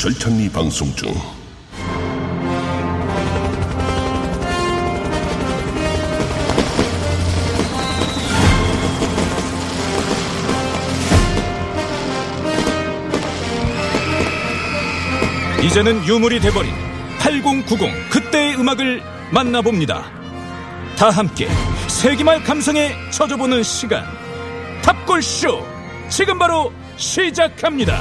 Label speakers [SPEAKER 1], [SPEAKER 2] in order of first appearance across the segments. [SPEAKER 1] 절찬리 방송 중
[SPEAKER 2] 이제는 유물이 돼버린 8090 그때의 음악을 만나봅니다. 다 함께 세기말 감성에 젖어보는 시간. 탑골쇼! 지금 바로 시작합니다.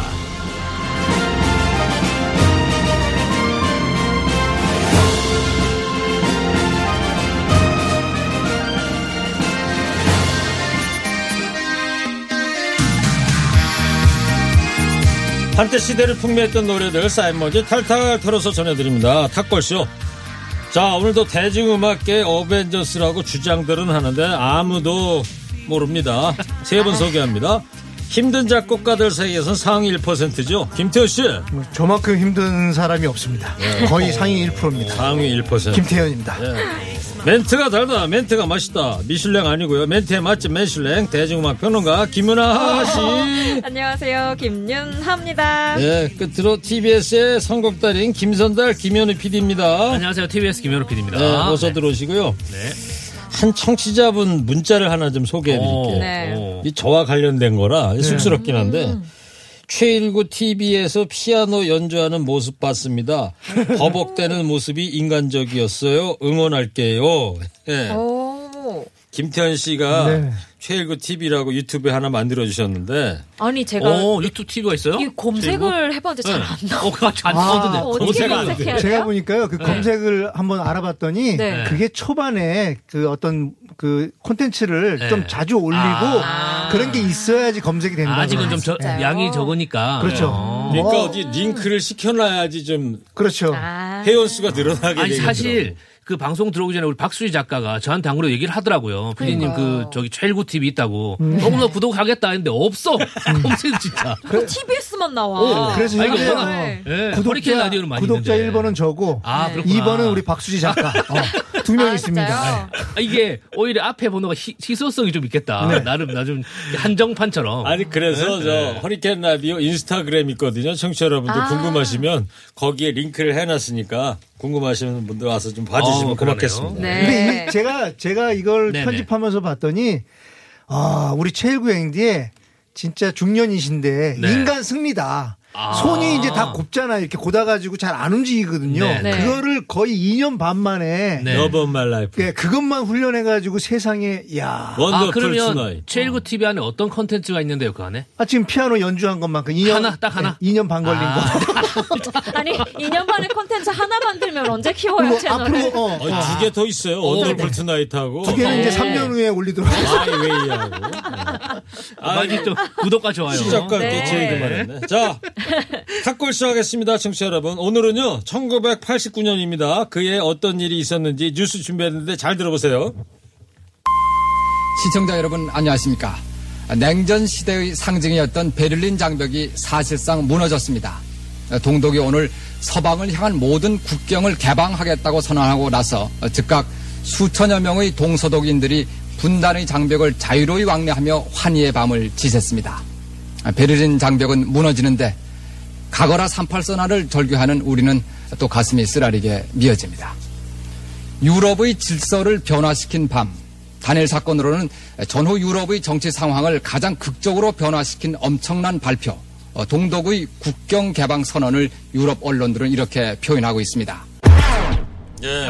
[SPEAKER 3] 한때 시대를 풍미했던 노래들 쌓인 먼지 탈탈 털어서 전해드립니다. 탁골쇼. 자 오늘도 대중음악계 어벤져스라고 주장들은 하는데 아무도 모릅니다. 세 분 소개합니다. 힘든 작곡가들 사이에선 상위 1%죠. 김태현 씨
[SPEAKER 4] 네. 저만큼 힘든 사람이 없습니다.
[SPEAKER 5] 예.
[SPEAKER 4] 거의 상위 1%입니다.
[SPEAKER 3] 상위 1%.
[SPEAKER 4] 김태현입니다.
[SPEAKER 3] 멘트가 달다. 멘트가 맛있다. 미슐랭 아니고요. 멘트의 맛집 맨슐랭 대중음악 평론가 김윤아 씨.
[SPEAKER 6] 안녕하세요. 김윤하입니다.
[SPEAKER 3] 예, 끝으로 TBS의 선곡 달인 김선달 김현우 PD입니다.
[SPEAKER 5] 안녕하세요. 네. TBS 김현우 PD입니다.
[SPEAKER 3] 네, 어서 들어오시고요. 한 청취자분 문자를 하나 좀
[SPEAKER 5] 어.
[SPEAKER 3] 소개해 드릴게요.
[SPEAKER 6] 네.
[SPEAKER 3] 이 저와 관련된 거라 쑥스럽긴 한데
[SPEAKER 6] 음.
[SPEAKER 3] 최일구 TV에서 피아노 연주하는 모습 봤습니다. 버벅대는 모습이 인간적이었어요. 응원할게요. 예.
[SPEAKER 6] 오.
[SPEAKER 3] 김태현 씨가
[SPEAKER 4] 네.
[SPEAKER 3] 최일구 TV라고 유튜브에 하나 만들어 주셨는데
[SPEAKER 6] 아니 제가
[SPEAKER 5] 오, 유튜브 TV가 있어요?
[SPEAKER 6] 이 검색을 해봤는데 잘 안 나.
[SPEAKER 5] 어, 그거 안 나오던데.
[SPEAKER 6] 어떻게
[SPEAKER 5] 검색을 안
[SPEAKER 6] 검색해야 돼요?
[SPEAKER 4] 제가 보니까요,
[SPEAKER 5] 예.
[SPEAKER 4] 그 검색을 한번 알아봤더니
[SPEAKER 6] 예. 네.
[SPEAKER 4] 그게 초반에 그 어떤 그 콘텐츠를 좀 자주 올리고
[SPEAKER 5] 예. 아.
[SPEAKER 4] 그런 게 있어야지 검색이 된다.
[SPEAKER 5] 아직은 좀 저,
[SPEAKER 6] 진짜요?
[SPEAKER 5] 양이 적으니까.
[SPEAKER 4] 그렇죠.
[SPEAKER 5] 어.
[SPEAKER 3] 그러니까
[SPEAKER 4] 어.
[SPEAKER 3] 어디 링크를 시켜놔야지 좀
[SPEAKER 4] 그렇죠.
[SPEAKER 6] 아,
[SPEAKER 3] 회원 수가 늘어나게
[SPEAKER 5] 아니
[SPEAKER 3] 되거든요.
[SPEAKER 5] 사실 그 방송 들어오기 전에 우리 박수희 작가가 저한테 안 그래도 얘기를 하더라고요. 피디님 그 저기 최일구 TV 있다고.
[SPEAKER 3] 음.
[SPEAKER 5] 너무나 구독하겠다 했는데 없어. 검색 진짜.
[SPEAKER 3] 그
[SPEAKER 6] 또 TBS만 나와.
[SPEAKER 4] 어, 그래서
[SPEAKER 5] 아이고,
[SPEAKER 4] 현재
[SPEAKER 5] 뭐라.
[SPEAKER 4] 어,
[SPEAKER 5] 예. 허리케인
[SPEAKER 4] 구독자,
[SPEAKER 5] 라디오는 많이
[SPEAKER 4] 구독자
[SPEAKER 5] 있는데.
[SPEAKER 4] 1번은 저고
[SPEAKER 5] 아, 그렇구나.
[SPEAKER 4] 2번은 우리 박수지 작가 어, 두 명
[SPEAKER 6] 아,
[SPEAKER 4] 있습니다. 네.
[SPEAKER 6] 진짜요?
[SPEAKER 5] 아, 이게 오히려 앞에 번호가 희, 희소성이 좀 있겠다. 나름 나 좀 한정판처럼.
[SPEAKER 3] 네. 아니
[SPEAKER 5] 네.
[SPEAKER 3] 그래서 저 허리케인 라디오 인스타그램 있거든요. 청취자 여러분들
[SPEAKER 5] 아.
[SPEAKER 3] 궁금하시면 거기에 링크를 해놨으니까 궁금하시는 분들 와서 좀 봐주시면
[SPEAKER 5] 어, 그러네요.
[SPEAKER 3] 고맙겠습니다.
[SPEAKER 4] 근데
[SPEAKER 6] 네.
[SPEAKER 4] 이- 제가 제가 이걸
[SPEAKER 5] 네네.
[SPEAKER 4] 편집하면서 봤더니 아 우리 최일구 행디에 진짜 중년이신데
[SPEAKER 5] 네. 아.
[SPEAKER 4] 인간 승리다. 손이 이제 다 곱잖아요. 이렇게 고다가지고 잘 안 움직이거든요.
[SPEAKER 5] 네네.
[SPEAKER 4] 그거를 거의 2년 반 만에
[SPEAKER 5] 네.
[SPEAKER 3] 러브 말 라이프
[SPEAKER 4] 예, 그것만 훈련해가지고 세상에 야.
[SPEAKER 5] 아,
[SPEAKER 3] 원더풀
[SPEAKER 5] 그러면
[SPEAKER 3] 투나잇
[SPEAKER 5] 최일구 TV 안에 어떤 컨텐츠가 있는데요, 그 안에?
[SPEAKER 4] 아, 지금 피아노 연주한 것만큼 2년 예,
[SPEAKER 5] 하나, 딱 하나. 아.
[SPEAKER 4] 2년 반 걸린 거.
[SPEAKER 6] 아니 2년 만에 콘텐츠 하나 만들면 언제 키워요
[SPEAKER 4] 그리고
[SPEAKER 6] 채널을?
[SPEAKER 4] 앞으로 어,
[SPEAKER 3] 어, 두 개 더 있어요. 원더풀
[SPEAKER 5] 네.
[SPEAKER 3] 투나잇하고
[SPEAKER 4] 두 개는 이제 3년 후에 올리도록.
[SPEAKER 3] 마이웨이하고
[SPEAKER 5] 아, 많이 좀 구독과 좋아요.
[SPEAKER 3] 시작과 함께
[SPEAKER 6] 네.
[SPEAKER 3] 제 얘기 말했네. 자, 탁골 시작하겠습니다, 청취자 여러분. 오늘은요, 1989년입니다. 그해 어떤 일이 있었는지 뉴스 준비했는데 잘 들어보세요.
[SPEAKER 7] 시청자 여러분 안녕하십니까? 냉전 시대의 상징이었던 베를린 장벽이 사실상 무너졌습니다. 동독이 오늘 서방을 향한 모든 국경을 개방하겠다고 선언하고 나서 즉각 수천여 명의 동서독인들이 분단의 장벽을 자유로이 왕래하며 환희의 밤을 지샜습니다. 베를린 장벽은 무너지는데 가거라 38선화를 절규하는 우리는 또 가슴이 쓰라리게 미어집니다. 유럽의 질서를 변화시킨 밤 단일 사건으로는 전후 유럽의 정치 상황을 가장 극적으로 변화시킨 엄청난 발표 어, 동독의 국경 개방 선언을 유럽 언론들은 이렇게 표현하고 있습니다.
[SPEAKER 5] 예.
[SPEAKER 3] 89년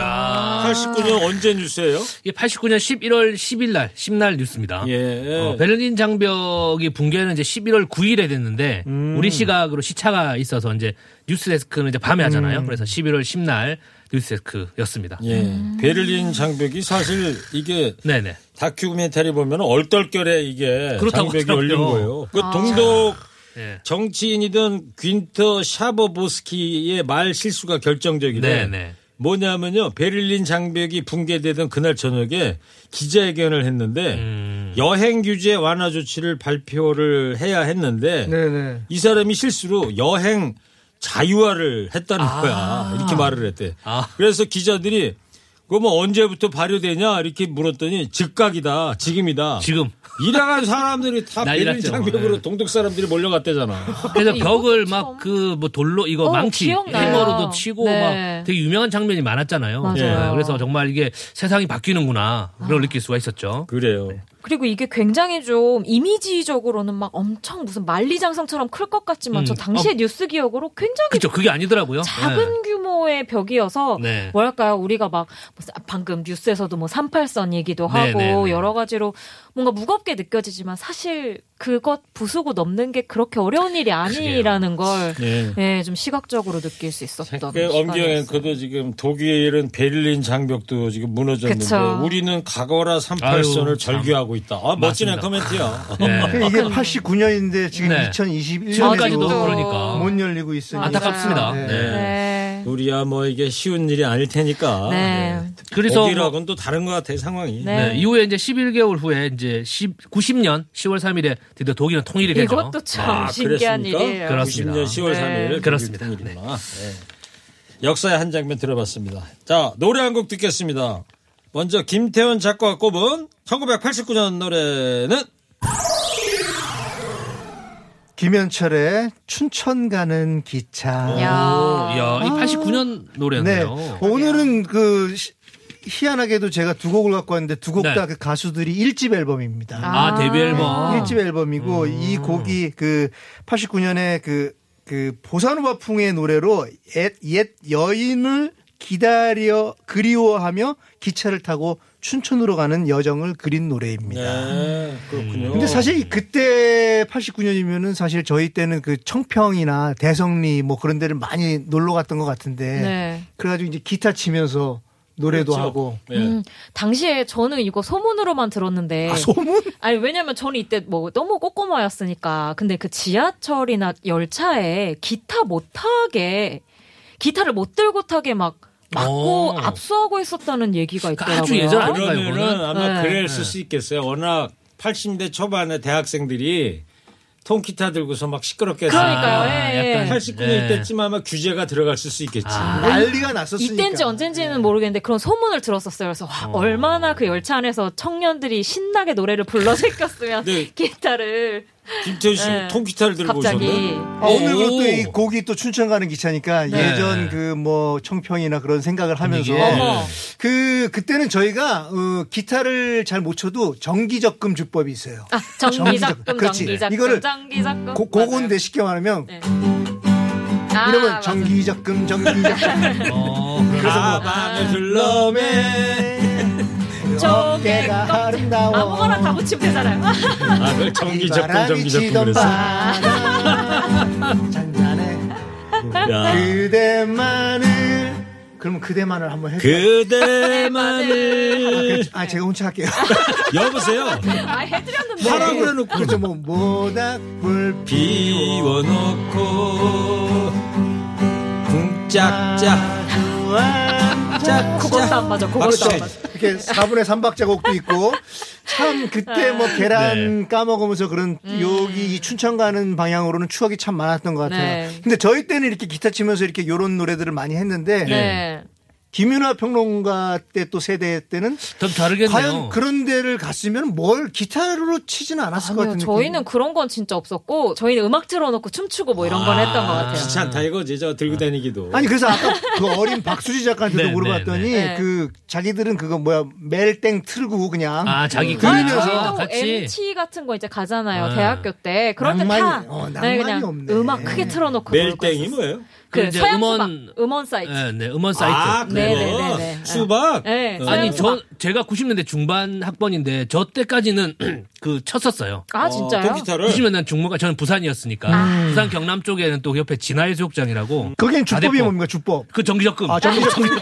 [SPEAKER 5] 아.
[SPEAKER 3] 언제 뉴스예요?
[SPEAKER 5] 이게 89년 11월 10일 날, 10날 뉴스입니다.
[SPEAKER 3] 예.
[SPEAKER 5] 어, 베를린 장벽이 붕괴는 이제 11월 9일에 됐는데
[SPEAKER 3] 음.
[SPEAKER 5] 우리 시각으로 시차가 있어서 이제 뉴스데스크는 이제 밤에 하잖아요. 그래서 11월 10날 뉴스데스크였습니다.
[SPEAKER 3] 음. 예.
[SPEAKER 4] 음.
[SPEAKER 3] 베를린 장벽이 사실 이게
[SPEAKER 5] 네네.
[SPEAKER 3] 다큐멘터리 보면 얼떨결에 이게
[SPEAKER 5] 그렇다고
[SPEAKER 3] 장벽이
[SPEAKER 5] 하더라고요.
[SPEAKER 4] 아.
[SPEAKER 3] 열린 거예요. 그 동독
[SPEAKER 5] 예.
[SPEAKER 3] 정치인이던 귄터 샤버보스키의 말 실수가 결정적인데
[SPEAKER 5] 네, 네.
[SPEAKER 3] 뭐냐면요 베를린 장벽이 붕괴되던 그날 저녁에 기자회견을 했는데
[SPEAKER 5] 음.
[SPEAKER 3] 여행 규제 완화 조치를 발표를 해야 했는데
[SPEAKER 4] 네네.
[SPEAKER 3] 이 사람이 실수로 여행 자유화를 했다는 거야. 이렇게 말을 했대.
[SPEAKER 5] 아.
[SPEAKER 3] 그래서 기자들이 그거 뭐 언제부터 발효되냐 이렇게 물었더니 즉각이다 지금이다
[SPEAKER 5] 지금.
[SPEAKER 3] 일하는 사람들이 다
[SPEAKER 5] 난리
[SPEAKER 3] 베를린
[SPEAKER 5] 났죠.
[SPEAKER 3] 장벽으로
[SPEAKER 5] 네.
[SPEAKER 3] 동독 사람들이 몰려갔대잖아.
[SPEAKER 5] 그래서
[SPEAKER 6] 이것도
[SPEAKER 5] 벽을
[SPEAKER 6] 참-
[SPEAKER 5] 막 그 뭐 돌로 이거
[SPEAKER 6] 어,
[SPEAKER 5] 망치
[SPEAKER 6] 기억나요.
[SPEAKER 5] 힘으로도 치고
[SPEAKER 6] 네.
[SPEAKER 5] 막 되게 유명한 장면이 많았잖아요.
[SPEAKER 6] 맞아요. 아.
[SPEAKER 5] 예. 그래서 정말 이게 세상이 바뀌는구나 그걸 느낄 수가 있었죠.
[SPEAKER 3] 그래요.
[SPEAKER 5] 네.
[SPEAKER 6] 그리고 이게 굉장히 좀 이미지적으로는 막 엄청 무슨 만리장성처럼 클 것 같지만 저 당시의 뉴스 기억으로 굉장히
[SPEAKER 5] 음. 어. 그죠 그게 아니더라고요. 예.
[SPEAKER 6] 작은 규모의 벽이어서
[SPEAKER 5] 네.
[SPEAKER 6] 뭐랄까요 우리가 막 무슨 방금 뉴스에서도 뭐 38선 얘기도
[SPEAKER 5] 네,
[SPEAKER 6] 하고
[SPEAKER 5] 네, 네.
[SPEAKER 6] 여러 가지로 뭔가 무겁게 느껴지지만 사실 그것 부수고 넘는 게 그렇게 어려운 일이 아니라는 걸
[SPEAKER 3] 네.
[SPEAKER 6] 예, 좀 시각적으로 느낄 수 있었던
[SPEAKER 3] 그 엄기영
[SPEAKER 6] 시간이었어요.
[SPEAKER 3] 앵커도 지금 독일은 베를린 장벽도 지금 무너졌는데
[SPEAKER 6] 그쵸.
[SPEAKER 3] 우리는 가거라 38선을
[SPEAKER 5] 아유, 참.
[SPEAKER 3] 절규하고 있다. 아, 멋진
[SPEAKER 5] 맞습니다.
[SPEAKER 3] 앵커멘트야.
[SPEAKER 5] 예.
[SPEAKER 4] 이게 89년인데 지금
[SPEAKER 5] 네.
[SPEAKER 4] 2021년까지도
[SPEAKER 5] 지금까지도 그러니까
[SPEAKER 4] 못 열리고 있으니까
[SPEAKER 5] 안타깝습니다.
[SPEAKER 4] 네.
[SPEAKER 3] 그
[SPEAKER 5] 네.
[SPEAKER 6] 아, 네.
[SPEAKER 3] 우리야 뭐 이게 쉬운 일이 아닐 테니까.
[SPEAKER 6] 네.
[SPEAKER 5] 그래서 뭐,
[SPEAKER 3] 독일하고는 또 다른 것 같아 상황이.
[SPEAKER 6] 네.
[SPEAKER 5] 네, 이후에 이제 11개월 후에 이제 10, 90년 10월 3일에 드디어 독일은
[SPEAKER 6] 예,
[SPEAKER 5] 통일이 되죠.
[SPEAKER 6] 이것도 참
[SPEAKER 3] 아,
[SPEAKER 6] 신기한
[SPEAKER 3] 그랬습니까?
[SPEAKER 6] 일이에요.
[SPEAKER 5] 그렇습니다.
[SPEAKER 3] 90년 10월
[SPEAKER 6] 네.
[SPEAKER 3] 3일
[SPEAKER 5] 그렇습니다.
[SPEAKER 3] 일이구나. 네. 역사의 한 장면 들어봤습니다. 자 노래 한 곡 듣겠습니다. 먼저 김태원 작가가 꼽은 1989년 노래는
[SPEAKER 4] 김현철의 춘천 가는 기차.
[SPEAKER 6] 야.
[SPEAKER 5] 아. 이야, 이 89년
[SPEAKER 4] 네.
[SPEAKER 5] 노래였네요.
[SPEAKER 4] 오늘은 그 시- 희한하게도 제가 두 곡을 갖고 왔는데 두 곡
[SPEAKER 5] 네.
[SPEAKER 4] 다 그 가수들이 일집 앨범입니다.
[SPEAKER 5] 아, 데뷔 앨범. 음.
[SPEAKER 4] 일집 앨범이고 이 곡이 그 89년에 그, 그 보사노바풍의 노래로 옛, 옛 여인을 기다려 그리워하며 기차를 타고 춘천으로 가는 여정을 그린 노래입니다.
[SPEAKER 3] 네, 그렇군요.
[SPEAKER 4] 근데 사실 그때 89년이면은 사실 저희 때는 그 청평이나 대성리 뭐 그런 데를 많이 놀러 갔던 것 같은데
[SPEAKER 6] 네.
[SPEAKER 4] 그래가지고 이제 기타 치면서 노래도 하고
[SPEAKER 3] 네.
[SPEAKER 6] 음, 당시에 저는 이거 소문으로만 들었는데.
[SPEAKER 4] 아 소문
[SPEAKER 6] 아니 왜냐면 저는 이때 뭐 너무 꼬꼬마였으니까 근데 그 지하철이나 열차에 기타 못 타게 기타를 못 들고 타게 막 막고
[SPEAKER 5] 오.
[SPEAKER 6] 압수하고 있었다는 얘기가 있더라고요.
[SPEAKER 5] 어. 그러니까 아주 예전 아니에요?
[SPEAKER 3] 그러면은
[SPEAKER 5] 이거는?
[SPEAKER 3] 아마
[SPEAKER 6] 네.
[SPEAKER 3] 그랬을 수 있겠어요. 워낙 80대 초반의 대학생들이 통기타 들고서 막 시끄럽게 해서
[SPEAKER 6] 그러니까요. 예, 예.
[SPEAKER 5] 아, 약간
[SPEAKER 3] 89년
[SPEAKER 5] 예.
[SPEAKER 3] 이때쯤 아마 규제가 들어갔을 수 있겠지.
[SPEAKER 6] 아.
[SPEAKER 4] 난리가 났었으니까 예.
[SPEAKER 6] 이때인지 언젠지는 모르겠는데 그런 소문을 들었었어요. 그래서 와, 얼마나 그 열차 안에서 청년들이 신나게 노래를 불러 제꼈으면
[SPEAKER 3] 네.
[SPEAKER 6] 기타를
[SPEAKER 3] 김태현 씨
[SPEAKER 6] 네.
[SPEAKER 3] 통기타를 들고
[SPEAKER 6] 갑자기
[SPEAKER 3] 오셨네.
[SPEAKER 4] 아, 오늘
[SPEAKER 3] 오. 네.
[SPEAKER 4] 그또이 곡이 또 춘천 가는 기차니까 예전 그 뭐 청평이나 그런 생각을 하면서
[SPEAKER 6] 어머.
[SPEAKER 4] 그 그때는 저희가 어, 기타를 잘 못 쳐도 정기적금 주법이 있어요.
[SPEAKER 6] 아, 정기작금,
[SPEAKER 4] 그렇지.
[SPEAKER 6] 정기작금,
[SPEAKER 4] 이거를
[SPEAKER 6] 정기작금.
[SPEAKER 4] 고, 고건
[SPEAKER 6] 맞아요.
[SPEAKER 4] 대식게 말하면
[SPEAKER 6] 네.
[SPEAKER 4] 이러면
[SPEAKER 6] 아, 맞아요.
[SPEAKER 4] 정기적금 정기적금
[SPEAKER 5] 어,
[SPEAKER 3] 뭐, 가방을 둘러매.
[SPEAKER 4] 어깨가 아름다워
[SPEAKER 6] 아무거나 다 붙이면 되잖아요.
[SPEAKER 3] 아, 그걸
[SPEAKER 4] 이
[SPEAKER 3] 정기적금,
[SPEAKER 4] 바람이
[SPEAKER 3] 정기적금
[SPEAKER 4] 치던
[SPEAKER 3] 그랬어.
[SPEAKER 4] 바람 잔잔해
[SPEAKER 3] 야.
[SPEAKER 4] 그대만을 그러면 그대만을 한번 해줘
[SPEAKER 3] 그대만을
[SPEAKER 4] 아 제가 혼자 할게요
[SPEAKER 3] 여보세요.
[SPEAKER 6] 아, 해드렸는데.
[SPEAKER 3] 하라고 해놓고
[SPEAKER 4] 그렇죠 뭐 모닥불
[SPEAKER 3] 비워놓고 궁짝짝
[SPEAKER 4] 아, 짝짝
[SPEAKER 6] 그것도 안 맞아. 그것도 안 맞아.
[SPEAKER 4] 이렇게 4분의 3박자 곡도 있고 참 그때 뭐 계란 까먹으면서 그런 여기 이 춘천 가는 방향으로는 추억이 참 많았던 것 같아요.
[SPEAKER 6] 네.
[SPEAKER 4] 근데 저희 때는 이렇게 기타 치면서 이렇게 요런 노래들을 많이 했는데
[SPEAKER 6] 네.
[SPEAKER 4] 김윤아 평론가 때 또 세대 때는
[SPEAKER 5] 좀 다르겠네요.
[SPEAKER 4] 과연 그런 데를 갔으면 뭘 기타로 치지는 않았을 것
[SPEAKER 6] 아니요,
[SPEAKER 4] 같은데
[SPEAKER 6] 저희는 그런 건 진짜 없었고, 저희는 음악 틀어놓고 춤추고 뭐 이런 건 했던 것 같아요.
[SPEAKER 3] 귀찮다 이거지 저 들고 다니기도.
[SPEAKER 4] 아니 그래서 아까 그 어린 박수지 작가한테도
[SPEAKER 5] 네,
[SPEAKER 4] 물어봤더니
[SPEAKER 6] 네, 네.
[SPEAKER 4] 그 자기들은 그거 뭐야 멜땡 틀고 그냥
[SPEAKER 5] 아, 자기
[SPEAKER 6] 음.
[SPEAKER 4] 그
[SPEAKER 5] 끌면서.
[SPEAKER 4] 끌면서
[SPEAKER 5] 아,
[SPEAKER 6] 저희도
[SPEAKER 5] 같이?
[SPEAKER 6] MT 같은 거 이제 가잖아요.
[SPEAKER 5] 아.
[SPEAKER 6] 대학교 때. 그럴 때 다.
[SPEAKER 4] 낭만이- 어, 낭만이
[SPEAKER 6] 네, 그냥
[SPEAKER 4] 없네.
[SPEAKER 6] 음악 크게 틀어놓고. 놀고
[SPEAKER 3] 멜땡이
[SPEAKER 6] 있었어요.
[SPEAKER 3] 뭐예요?
[SPEAKER 5] 그
[SPEAKER 6] 그
[SPEAKER 5] 이제
[SPEAKER 6] 서양
[SPEAKER 5] 음원-
[SPEAKER 6] 수박. 음원 사이트.
[SPEAKER 5] 네, 네, 음원 사이트.
[SPEAKER 3] 아, 그거
[SPEAKER 6] 네네네네.
[SPEAKER 3] 수박.
[SPEAKER 6] 네,
[SPEAKER 3] 어.
[SPEAKER 5] 아니
[SPEAKER 6] 서양
[SPEAKER 5] 저
[SPEAKER 6] 수박.
[SPEAKER 5] 제가 90년대 중반 학번인데 저 때까지는 그 쳤었어요.
[SPEAKER 6] 아, 진짜요?
[SPEAKER 3] 통기타를
[SPEAKER 5] 90년대 중반 저는 부산이었으니까 부산 경남 쪽에는 또그 옆에
[SPEAKER 3] 음.
[SPEAKER 5] 진화해수욕장이라고
[SPEAKER 4] 그게 주법이
[SPEAKER 5] 아대포.
[SPEAKER 4] 뭡니까 주법
[SPEAKER 5] 그 정기적금.
[SPEAKER 4] 아 정기적금 아, 오,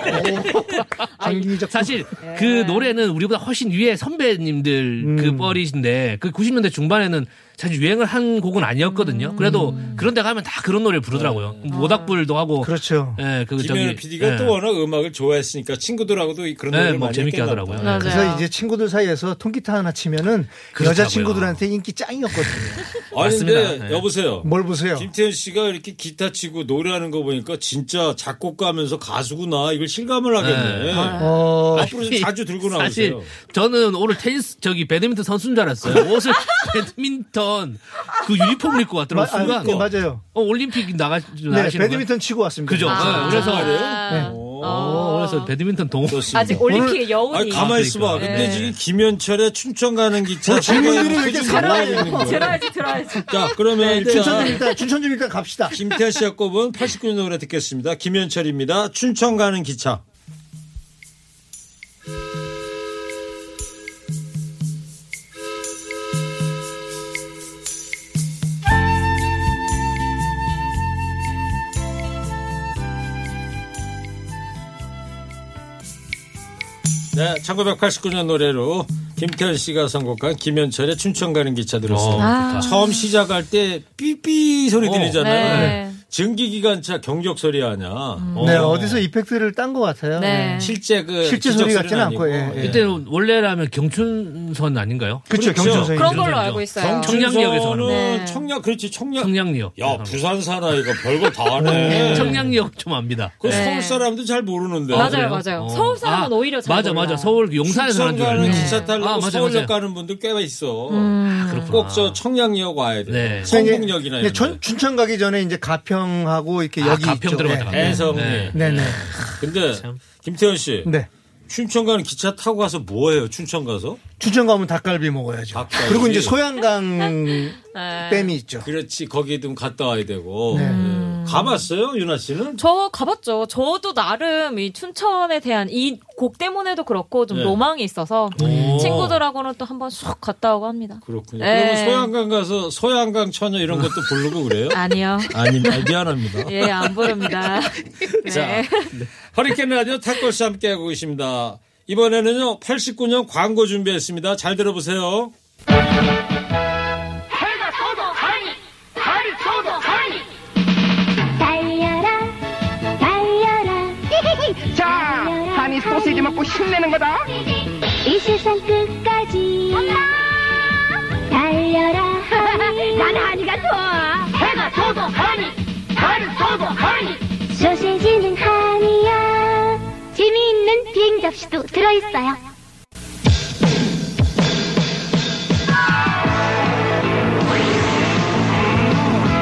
[SPEAKER 4] 정기적금
[SPEAKER 5] 사실
[SPEAKER 3] 음.
[SPEAKER 5] 그 노래는 우리보다 훨씬 위에 선배님들 그 뻘이신데 그 90년대 중반에는 사실 유행을 한 곡은 아니었거든요. 그래도 그런 데 가면 다 그런 노래를 부르더라고요. 모닥불도 하고.
[SPEAKER 4] 그렇죠.
[SPEAKER 5] 예, 그
[SPEAKER 3] 김현우
[SPEAKER 5] 저기.
[SPEAKER 3] PD가
[SPEAKER 5] 예.
[SPEAKER 3] 또 워낙 음악을 좋아했으니까 친구들하고도 이- 그런
[SPEAKER 5] 예,
[SPEAKER 3] 노래를
[SPEAKER 5] 뭐
[SPEAKER 3] 많이
[SPEAKER 5] 재밌게
[SPEAKER 3] 했겠나
[SPEAKER 5] 하더라고요.
[SPEAKER 3] 보다.
[SPEAKER 6] 맞아요.
[SPEAKER 4] 네, 그래서 이제 친구들 사이에서 통기타 하나 치면은
[SPEAKER 5] 그렇다고요.
[SPEAKER 4] 여자 친구들한테 인기 짱이었거든요.
[SPEAKER 3] 아니 근데
[SPEAKER 5] 맞습니다. 예.
[SPEAKER 3] 여보세요.
[SPEAKER 4] 뭘 보세요?
[SPEAKER 3] 김태현 씨가 이렇게 기타 치고 노래하는 거 보니까 진짜 작곡가면서 가수구나 이걸 실감을 하겠네.
[SPEAKER 4] 어,
[SPEAKER 3] 앞으로 좀 자주 들고
[SPEAKER 5] 아. 사실
[SPEAKER 3] 나오세요.
[SPEAKER 5] 저는 오늘 테니스 저기 배드민턴 선수인 줄 알았어요. 옷을 배드민턴 그 유니폼을 입고 왔더라고
[SPEAKER 4] 아,
[SPEAKER 3] 그
[SPEAKER 5] 순간.
[SPEAKER 4] 네, 맞아요.
[SPEAKER 5] 어, 올림픽 나가 나가시는
[SPEAKER 4] 네,
[SPEAKER 5] 거예요?
[SPEAKER 4] 배드민턴 치고 왔습니다.
[SPEAKER 5] 그죠. 네, 그래서
[SPEAKER 3] 아,
[SPEAKER 6] 어.
[SPEAKER 5] 어, 그래서 배드민턴 동호
[SPEAKER 3] 좋습니다.
[SPEAKER 6] 아직 올림픽의
[SPEAKER 3] 아니
[SPEAKER 6] 여운이
[SPEAKER 3] 가만 있어 봐.
[SPEAKER 5] 그러니까.
[SPEAKER 3] 근데
[SPEAKER 5] 네.
[SPEAKER 3] 지금 김현철의 춘천 가는 기차
[SPEAKER 4] 질문들이 왜 이렇게
[SPEAKER 3] 살아있는 거예요?
[SPEAKER 6] 들어야지 들어야지.
[SPEAKER 5] 네.
[SPEAKER 3] 자, 그러면
[SPEAKER 4] 춘천 좀
[SPEAKER 3] 일단
[SPEAKER 4] 일단 춘천 좀 일단 갑시다.
[SPEAKER 3] 김태현 씨가 꼽은 89년 노래 듣겠습니다. 김현철입니다. 춘천 가는 기차. 네, 1989년 노래로 김태현 씨가 선곡한 김현철의 춘천 가는 기차 들었습니다.
[SPEAKER 6] 아.
[SPEAKER 3] 처음 시작할 때 삐삐 소리 들리잖아요.
[SPEAKER 6] 네. 음.
[SPEAKER 3] 증기기관차 경적 소리 아냐. 어.
[SPEAKER 4] 네, 어디서 이펙트를 딴 것 같아요.
[SPEAKER 6] 네.
[SPEAKER 3] 실제 그
[SPEAKER 4] 실제
[SPEAKER 3] 기적
[SPEAKER 4] 소리
[SPEAKER 3] 소리는
[SPEAKER 4] 같지는 않고,
[SPEAKER 3] 아니고.
[SPEAKER 4] 예, 예.
[SPEAKER 5] 그때 원래라면 경춘선 아닌가요?
[SPEAKER 4] 그렇죠.
[SPEAKER 3] 그렇죠.
[SPEAKER 4] 경춘선이.
[SPEAKER 6] 그런 걸로 알고 있어요.
[SPEAKER 5] 청량리역에서
[SPEAKER 3] 청량리역에서는
[SPEAKER 6] 하는 거.
[SPEAKER 3] 청량 그렇지 청량.
[SPEAKER 5] 청량리역. 어. 네.
[SPEAKER 3] 야 부산 사나이가 별거 다 하네.
[SPEAKER 5] 청량리역 좀 압니다.
[SPEAKER 3] 그
[SPEAKER 6] 네.
[SPEAKER 3] 서울 사람도 잘 모르는데.
[SPEAKER 6] 맞아요, 맞아요.
[SPEAKER 5] 어.
[SPEAKER 6] 서울 사람은
[SPEAKER 5] 아,
[SPEAKER 6] 오히려 잘
[SPEAKER 5] 맞아,
[SPEAKER 6] 몰라요.
[SPEAKER 5] 맞아. 서울 그
[SPEAKER 3] 춘천
[SPEAKER 5] 용산에서 하는 줄
[SPEAKER 3] 가는
[SPEAKER 5] 알고.
[SPEAKER 3] 기차 타려고
[SPEAKER 5] 아, 맞아,
[SPEAKER 3] 서울역
[SPEAKER 5] 맞아.
[SPEAKER 3] 가는 분들 꽤 있어.
[SPEAKER 6] 음.
[SPEAKER 5] 그렇구나.
[SPEAKER 3] 꼭 저 청량리역 와야 돼.
[SPEAKER 5] 네.
[SPEAKER 3] 성북역이나
[SPEAKER 4] 네,
[SPEAKER 3] 이런.
[SPEAKER 4] 전-
[SPEAKER 3] 데
[SPEAKER 4] 춘천 가기 전에 이제 가평하고 이렇게
[SPEAKER 5] 아,
[SPEAKER 4] 여기
[SPEAKER 5] 가평
[SPEAKER 4] 있죠.
[SPEAKER 5] 들어갔다.
[SPEAKER 4] 네.
[SPEAKER 3] 해성리.
[SPEAKER 5] 네.
[SPEAKER 4] 네, 네.
[SPEAKER 3] 근데 김태현 씨
[SPEAKER 4] 네.
[SPEAKER 3] 춘천 가는 기차 타고 가서 뭐 해요? 춘천 가서?
[SPEAKER 4] 춘천 가면 닭갈비 먹어야죠.
[SPEAKER 3] 닭갈비.
[SPEAKER 4] 그리고 이제 소양강
[SPEAKER 6] 네.
[SPEAKER 4] 댐이 있죠.
[SPEAKER 3] 그렇지 거기 좀 갔다 와야 되고. 네. 가봤어요 윤아 씨는?
[SPEAKER 6] 저 가봤죠. 저도 나름 이 춘천에 대한 이 곡 때문에도 그렇고 좀
[SPEAKER 3] 네.
[SPEAKER 6] 로망이 있어서
[SPEAKER 5] 오.
[SPEAKER 6] 친구들하고는 또 한번 쑥 갔다 오고 합니다.
[SPEAKER 3] 그렇군요.
[SPEAKER 6] 네.
[SPEAKER 3] 그러면 소양강 가서 소양강 처녀 이런 것도 부르고 그래요?
[SPEAKER 6] 아니요.
[SPEAKER 3] 아니, 아, 미안합니다.
[SPEAKER 6] 예, 안 부릅니다. 네.
[SPEAKER 3] 자, 허리케인 라디오 탁걸씨 함께하고 계십니다. 이번에는요, 89년 광고 준비했습니다. 잘 들어보세요.
[SPEAKER 8] 달려라 달려라 자 하니 소시지 먹고 힘내는 거다 이 세상 끝까지 달려라 하니 난 하니가 좋아 해가 져도 하니 달이 져도 하니 소시지는 하니야 재미있는 비행 접시도 들어있어요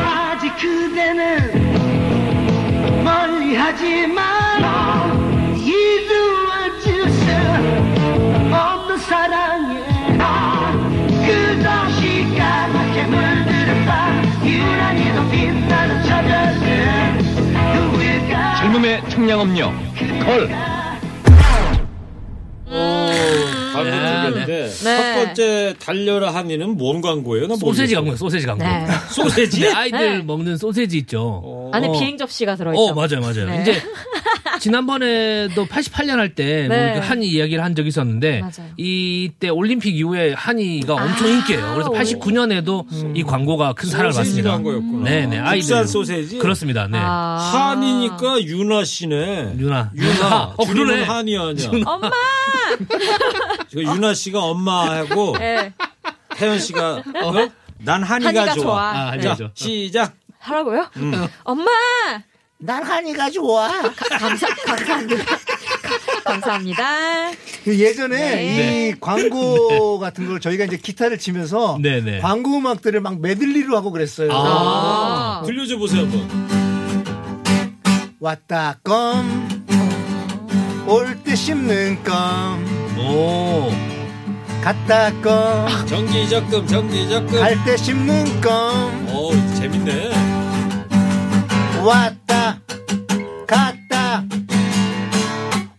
[SPEAKER 9] 아직 그대는 멀리하지 마라 이루어 질수 없는 사랑에 아, 끝없이 까맣게 물드는 밤 유난히도 빛나는 저녁에 누구일까
[SPEAKER 2] 젊음의 청량음료 걸
[SPEAKER 3] 광고 준비했는데,
[SPEAKER 6] 네.
[SPEAKER 3] 첫 번째 달려라 한이는 뭔 광고예요? 나
[SPEAKER 5] 소세지
[SPEAKER 3] 모르겠어요.
[SPEAKER 5] 광고, 소세지 광고.
[SPEAKER 6] 네.
[SPEAKER 5] 소세지? 근데 아이들
[SPEAKER 6] 네.
[SPEAKER 5] 먹는 소세지 있죠.
[SPEAKER 3] 어.
[SPEAKER 6] 안에 비행 접시가 들어있죠.
[SPEAKER 5] 어, 맞아요, 맞아요.
[SPEAKER 6] 네.
[SPEAKER 5] 이제 지난번에도 88년 할 때뭐
[SPEAKER 6] 네.
[SPEAKER 5] 한이 이야기를 한 적이 있었는데
[SPEAKER 6] 맞아요. 아,
[SPEAKER 5] 이때 올림픽 이후에 한이가 엄청 인기예요. 그래서
[SPEAKER 6] 오. 음.
[SPEAKER 5] 89년에도 이 광고가 큰 사랑을
[SPEAKER 3] 소세지
[SPEAKER 5] 받습니다.
[SPEAKER 3] 광고였구나.
[SPEAKER 5] 네, 네. 아이들
[SPEAKER 3] 국산 소세지?
[SPEAKER 5] 그렇습니다. 네.
[SPEAKER 6] 아.
[SPEAKER 3] 한이니까 윤아 씨네.
[SPEAKER 5] 유나.
[SPEAKER 3] 윤아.
[SPEAKER 5] 어,
[SPEAKER 3] 줄임은
[SPEAKER 5] 그러네.
[SPEAKER 3] 한이 아니야. 엄마! 윤아 씨가 엄마하고,
[SPEAKER 6] 예.
[SPEAKER 3] 태현 씨가, 어? 난 네. 한이가,
[SPEAKER 6] 한이가
[SPEAKER 3] 좋아.
[SPEAKER 6] 좋아. 예.
[SPEAKER 5] 아,
[SPEAKER 3] 자,
[SPEAKER 5] 알죠.
[SPEAKER 3] 시작.
[SPEAKER 6] 하라고요? 엄마!
[SPEAKER 4] 난 한이가 좋아.
[SPEAKER 6] 감사, 감사합니다. 감사합니다.
[SPEAKER 4] 그 예전에
[SPEAKER 6] 네.
[SPEAKER 4] 이 광고 같은 걸 저희가 이제 기타를 치면서
[SPEAKER 5] 네, 네.
[SPEAKER 3] 아,
[SPEAKER 4] 광고 음악들을 막 메들리로 하고 그랬어요.
[SPEAKER 6] 아.
[SPEAKER 3] 들려줘 보세요, 한번.
[SPEAKER 4] 왔다 껌. 올 때 씹는 껌.
[SPEAKER 5] 오.
[SPEAKER 4] 갔다 껌.
[SPEAKER 3] 정기적금, 정기적금.
[SPEAKER 4] 갈 때 씹는 껌.
[SPEAKER 3] 어 재밌네.
[SPEAKER 4] 왔다 갔다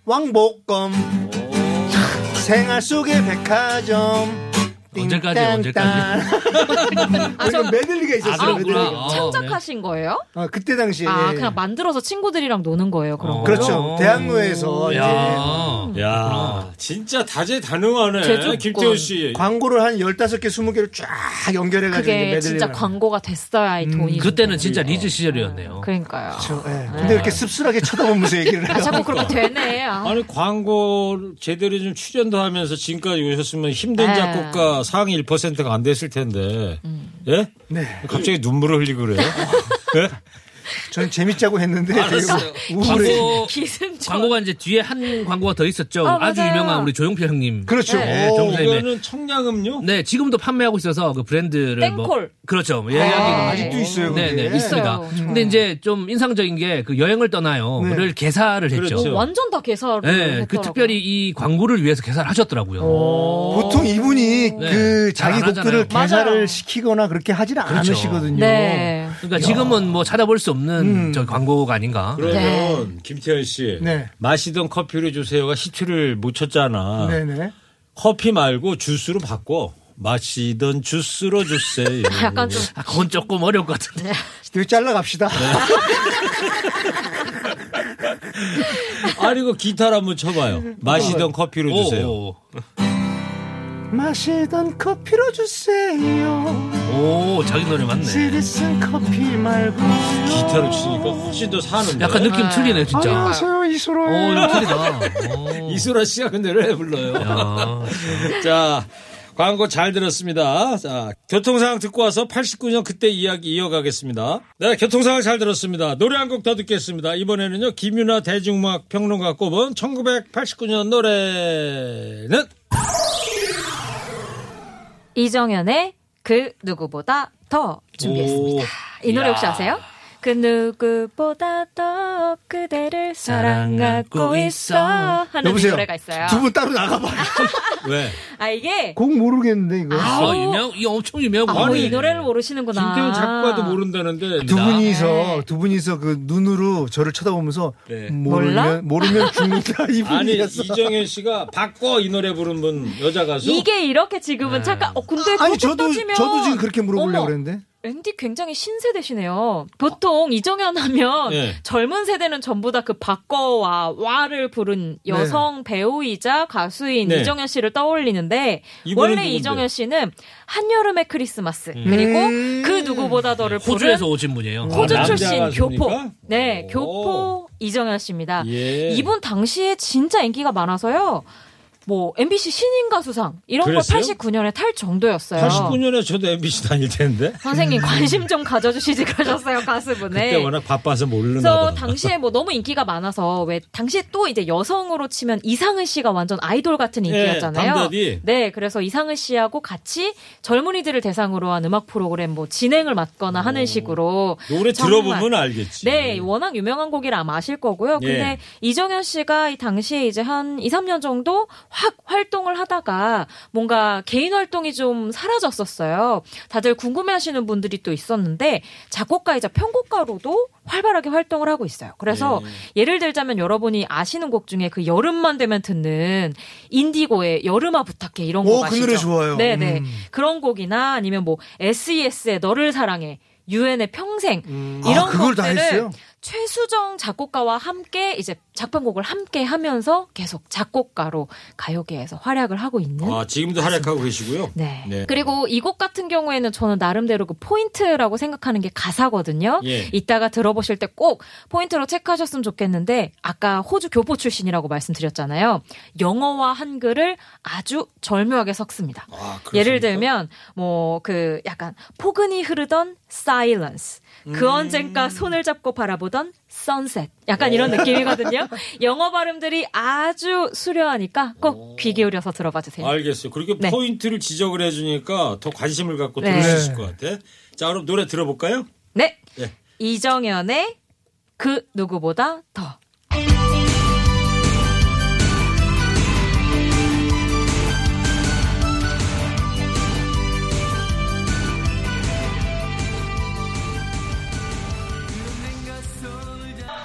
[SPEAKER 4] 왕복검 생활 속의 백화점
[SPEAKER 5] 언제까지 언제까지?
[SPEAKER 4] 아, 저... 메들리가
[SPEAKER 6] 아,
[SPEAKER 4] 있었어요. 메들리가.
[SPEAKER 6] 그럼 창작하신 거예요?
[SPEAKER 4] 아, 그때 당시에.
[SPEAKER 6] 아,
[SPEAKER 4] 예.
[SPEAKER 6] 그냥 만들어서 친구들이랑 노는 거예요,
[SPEAKER 5] 어.
[SPEAKER 6] 그런 거.
[SPEAKER 4] 그렇죠. 대학로에서 이제
[SPEAKER 3] 야, 야 아, 진짜 다재다능하네.
[SPEAKER 6] 제주권.
[SPEAKER 3] 김태호 씨.
[SPEAKER 4] 광고를 한 15개, 20개를 쫙 연결해가지고 네. 이제
[SPEAKER 6] 그게
[SPEAKER 4] 메들리를.
[SPEAKER 6] 진짜
[SPEAKER 4] 하는
[SPEAKER 6] 광고가 됐어야 이 돈이.
[SPEAKER 5] 그때는 진짜 리즈 시절이었네요.
[SPEAKER 6] 그러니까요.
[SPEAKER 4] 거죠. 예.
[SPEAKER 6] 네.
[SPEAKER 4] 근데 이렇게 씁쓸하게 쳐다보면서 얘기를
[SPEAKER 6] 아,
[SPEAKER 4] 해요.
[SPEAKER 6] 자꾸 그렇게 되네. 아.
[SPEAKER 3] 아니 광고 제대로 좀 출연도 하면서 지금까지 오셨으면 힘든
[SPEAKER 6] 네.
[SPEAKER 3] 작곡가 상위 1%가 안 됐을 텐데. 예?
[SPEAKER 4] 네.
[SPEAKER 3] 갑자기 눈물을 흘리고 그래요?
[SPEAKER 5] 어.
[SPEAKER 3] 예?
[SPEAKER 4] 저는 재밌자고 했는데. 되게 우울해.
[SPEAKER 5] 광고
[SPEAKER 6] 아, 기승전.
[SPEAKER 5] 광고가 이제 뒤에 한 광고가 더 있었죠.
[SPEAKER 6] 아,
[SPEAKER 5] 주
[SPEAKER 6] 맞아요.
[SPEAKER 5] 유명한 우리 조용필 형님.
[SPEAKER 4] 그렇죠.
[SPEAKER 5] 네,
[SPEAKER 4] 오,
[SPEAKER 5] 정선생님의-
[SPEAKER 3] 어, 이거는 청량음료?
[SPEAKER 5] 네, 지금도 판매하고 있어서 그 브랜드를 뭐
[SPEAKER 6] 땡콜.
[SPEAKER 5] 그렇죠. 예,
[SPEAKER 4] 아,
[SPEAKER 5] 아,
[SPEAKER 4] 아직도 있어요.
[SPEAKER 5] 네,
[SPEAKER 4] 그게.
[SPEAKER 5] 네, 있습니다.
[SPEAKER 6] 있어요.
[SPEAKER 5] 근데 이제 좀 인상적인 게 그 여행을 떠나요를 개사를 했죠.
[SPEAKER 3] 그렇죠.
[SPEAKER 6] 완전 다 개사를
[SPEAKER 5] 네,
[SPEAKER 6] 했더라고요.
[SPEAKER 5] 그 특별히 이 광고를 위해서 개사를 하셨더라고요.
[SPEAKER 4] 보통 이분이
[SPEAKER 5] 어. 네.
[SPEAKER 4] 그 자기
[SPEAKER 5] 잘안
[SPEAKER 4] 곡들을
[SPEAKER 5] 하잖아요.
[SPEAKER 4] 개사를
[SPEAKER 6] 맞아요.
[SPEAKER 4] 시키거나 그렇게 하지는
[SPEAKER 5] 그렇죠.
[SPEAKER 4] 않으시거든요.
[SPEAKER 6] 네.
[SPEAKER 5] 그러니까 지금은 뭐 찾아볼 수 없는 저 광고가 아닌가.
[SPEAKER 3] 그러면 김태현 씨
[SPEAKER 4] 네.
[SPEAKER 3] 마시던 커피를 주세요가 히트를 못 쳤잖아.
[SPEAKER 4] 네네.
[SPEAKER 3] 커피 말고 주스로 바꿔. 마시던 주스로 주세요.
[SPEAKER 6] 약간 좀
[SPEAKER 5] 아, 그건 조금 어려울 것 같은데.
[SPEAKER 4] 여기 잘라갑시다.
[SPEAKER 5] 네.
[SPEAKER 3] 아니 그 기타를 한번 쳐봐요. 마시던 커피로 주세요.
[SPEAKER 5] 오,
[SPEAKER 4] 마시던 커피로 주세요.
[SPEAKER 5] 오, 오, 자기 노래 맞네.
[SPEAKER 4] 시리슨 커피 말고.
[SPEAKER 3] 기타를 치니까 훨씬 더 사는데.
[SPEAKER 5] 약간 느낌 틀리네, 진짜. 어, 네.
[SPEAKER 4] 안녕하세요,
[SPEAKER 5] 오,
[SPEAKER 4] 이소라.
[SPEAKER 5] 이거 틀리다.
[SPEAKER 6] 어.
[SPEAKER 5] 오.
[SPEAKER 3] 이소라 씨가 그 노래를 불러요.
[SPEAKER 5] 야.
[SPEAKER 3] 자, 광고 잘 들었습니다. 자, 교통상황 듣고 와서 89년 그때 이야기 이어가겠습니다. 네, 교통상황 잘 들었습니다. 노래 한 곡 더 듣겠습니다. 이번에는요, 김윤아 대중음악 평론가 꼽은 1989년 노래는
[SPEAKER 6] 이정현의 그 누구보다 더 준비했습니다.
[SPEAKER 5] 오,
[SPEAKER 6] 이 노래 혹시
[SPEAKER 5] 야.
[SPEAKER 6] 아세요? 그 누구보다 더 그대를 사랑하고
[SPEAKER 5] 사랑하고
[SPEAKER 6] 있어
[SPEAKER 5] 있어.
[SPEAKER 6] 하는
[SPEAKER 4] 여보세요.
[SPEAKER 6] 노래가 있어요.
[SPEAKER 4] 두 분 따로 나가봐요.
[SPEAKER 3] 왜?
[SPEAKER 6] 아 이게
[SPEAKER 4] 곡 모르겠는데, 이거.
[SPEAKER 5] 아, 유명, 이 엄청 유명한
[SPEAKER 6] 아,
[SPEAKER 5] 곡이.
[SPEAKER 6] 이 노래를 모르시는구나.
[SPEAKER 3] 김태훈 작가도 모른다는데.
[SPEAKER 5] 아.
[SPEAKER 4] 두
[SPEAKER 6] 네.
[SPEAKER 4] 분이서, 두 분이서 그 눈으로 저를 쳐다보면서
[SPEAKER 3] 네.
[SPEAKER 6] 몰라?
[SPEAKER 4] 모르면, 모르면 죽는다.
[SPEAKER 3] 아니,
[SPEAKER 4] 이분이었어.
[SPEAKER 3] 이정현 씨가 바꿔 이 노래 부른 분, 여자 가수.
[SPEAKER 6] 이게 이렇게 지금은 잠깐 어 근데
[SPEAKER 4] 네. 아니,
[SPEAKER 6] 그렇게
[SPEAKER 4] 저도,
[SPEAKER 6] 따지면
[SPEAKER 4] 저도 지금 그렇게 물어보려고
[SPEAKER 6] 어머,
[SPEAKER 4] 그랬는데.
[SPEAKER 6] 앤디 굉장히 신세대시네요. 보통 이정현 하면
[SPEAKER 3] 네.
[SPEAKER 6] 젊은 세대는 전부 다 그 바꿔와 와를 부른 여성 배우이자 가수인
[SPEAKER 3] 네.
[SPEAKER 6] 이정현 씨를 떠올리는데
[SPEAKER 3] 이분은
[SPEAKER 6] 원래
[SPEAKER 3] 누군데?
[SPEAKER 6] 이정현 씨는 한여름의 크리스마스 그리고
[SPEAKER 4] 음.
[SPEAKER 6] 그 누구보다 더를 부른
[SPEAKER 5] 호주에서 오신 분이에요.
[SPEAKER 3] 아,
[SPEAKER 6] 호주
[SPEAKER 3] 남자
[SPEAKER 6] 출신
[SPEAKER 3] 가수입니까?
[SPEAKER 6] 교포. 네,
[SPEAKER 3] 오.
[SPEAKER 6] 교포 이정현 씨입니다.
[SPEAKER 3] 예.
[SPEAKER 6] 이분 당시에 진짜 인기가 많아서요. 뭐 MBC 신인 가수상 이런
[SPEAKER 3] 그랬어요?
[SPEAKER 6] 걸 89년에 탈 정도였어요.
[SPEAKER 3] 89년에 저도 MBC 다닐 텐데.
[SPEAKER 6] 선생님 관심 좀 가져주시지 그러셨어요 가수분에.
[SPEAKER 3] 그 그때 워낙 바빠서 모르나
[SPEAKER 6] 그래서
[SPEAKER 3] 봐.
[SPEAKER 6] 당시에 뭐 너무 인기가 많아서 왜 당시에 또 이제 여성으로 치면 이상은 씨가 완전 아이돌
[SPEAKER 3] 예,
[SPEAKER 6] 같은 인기였잖아요.
[SPEAKER 3] 담다디.
[SPEAKER 6] 네, 그래서 이상은 씨하고 같이 젊은이들을 대상으로 한 음악 프로그램 뭐 진행을 맡거나 하는 식으로
[SPEAKER 3] 노래
[SPEAKER 6] 정말-
[SPEAKER 3] 들어보면 알겠지.
[SPEAKER 6] 네, 워낙 유명한 곡이라 아마 아실 거고요.
[SPEAKER 3] 예.
[SPEAKER 6] 근데 이정현 씨가 이 당시에 이제 한 2, 3년 정도 확 활동을 하다가 뭔가 개인 활동이 좀 사라졌었어요. 다들 궁금해 하시는 분들이 또 있었는데 작곡가이자 편곡가로도 활발하게 활동을 하고 있어요. 그래서 예를 들자면 여러분이 아시는 곡 중에 그 여름만 되면 듣는 인디고의 여름아 부탁해 이런
[SPEAKER 4] 오,
[SPEAKER 6] 곡
[SPEAKER 4] 그
[SPEAKER 6] 아시죠?
[SPEAKER 4] 노래 좋아요.
[SPEAKER 6] 네, 네.
[SPEAKER 4] 음.
[SPEAKER 6] 그런 곡이나 아니면 뭐 SES의 너를 사랑해 유엔의 평생
[SPEAKER 4] 아,
[SPEAKER 6] 이런
[SPEAKER 4] 그걸 다
[SPEAKER 6] 곡들을
[SPEAKER 4] 했어요?
[SPEAKER 6] 최수정 작곡가와 함께 이제 작품곡을 함께 하면서 계속 작곡가로 가요계에서 활약을 하고 있는
[SPEAKER 3] 아, 지금도 활약하고 계시고요.
[SPEAKER 6] 네.
[SPEAKER 3] 네.
[SPEAKER 6] 그리고 이 곡 같은 경우에는 저는 나름대로 그 포인트라고 생각하는 게 가사거든요.
[SPEAKER 3] 예.
[SPEAKER 6] 이따가 들어보실 때 꼭 포인트로 체크하셨으면 좋겠는데 아까 호주 교포 출신이라고 말씀드렸잖아요. 영어와 한글을 아주 절묘하게 섞습니다.
[SPEAKER 4] 어,
[SPEAKER 3] 아,
[SPEAKER 6] 예를 들면 뭐 그 약간 포근히 흐르던 silence
[SPEAKER 5] 음.
[SPEAKER 6] 그 언젠가 손을 잡고 바라보던 sunset 약간 이런 느낌이거든요. 영어 발음들이 아주 수려하니까 꼭 귀 기울여서 들어봐 주세요.
[SPEAKER 3] 알겠어요. 그렇게
[SPEAKER 6] 네.
[SPEAKER 3] 포인트를 지적을 해주니까 더 관심을 갖고
[SPEAKER 6] 네.
[SPEAKER 3] 들을 수 있을 것 같아. 자, 그럼 노래 들어볼까요?
[SPEAKER 6] 네.
[SPEAKER 3] 예.
[SPEAKER 6] 이정현의 그 누구보다 더.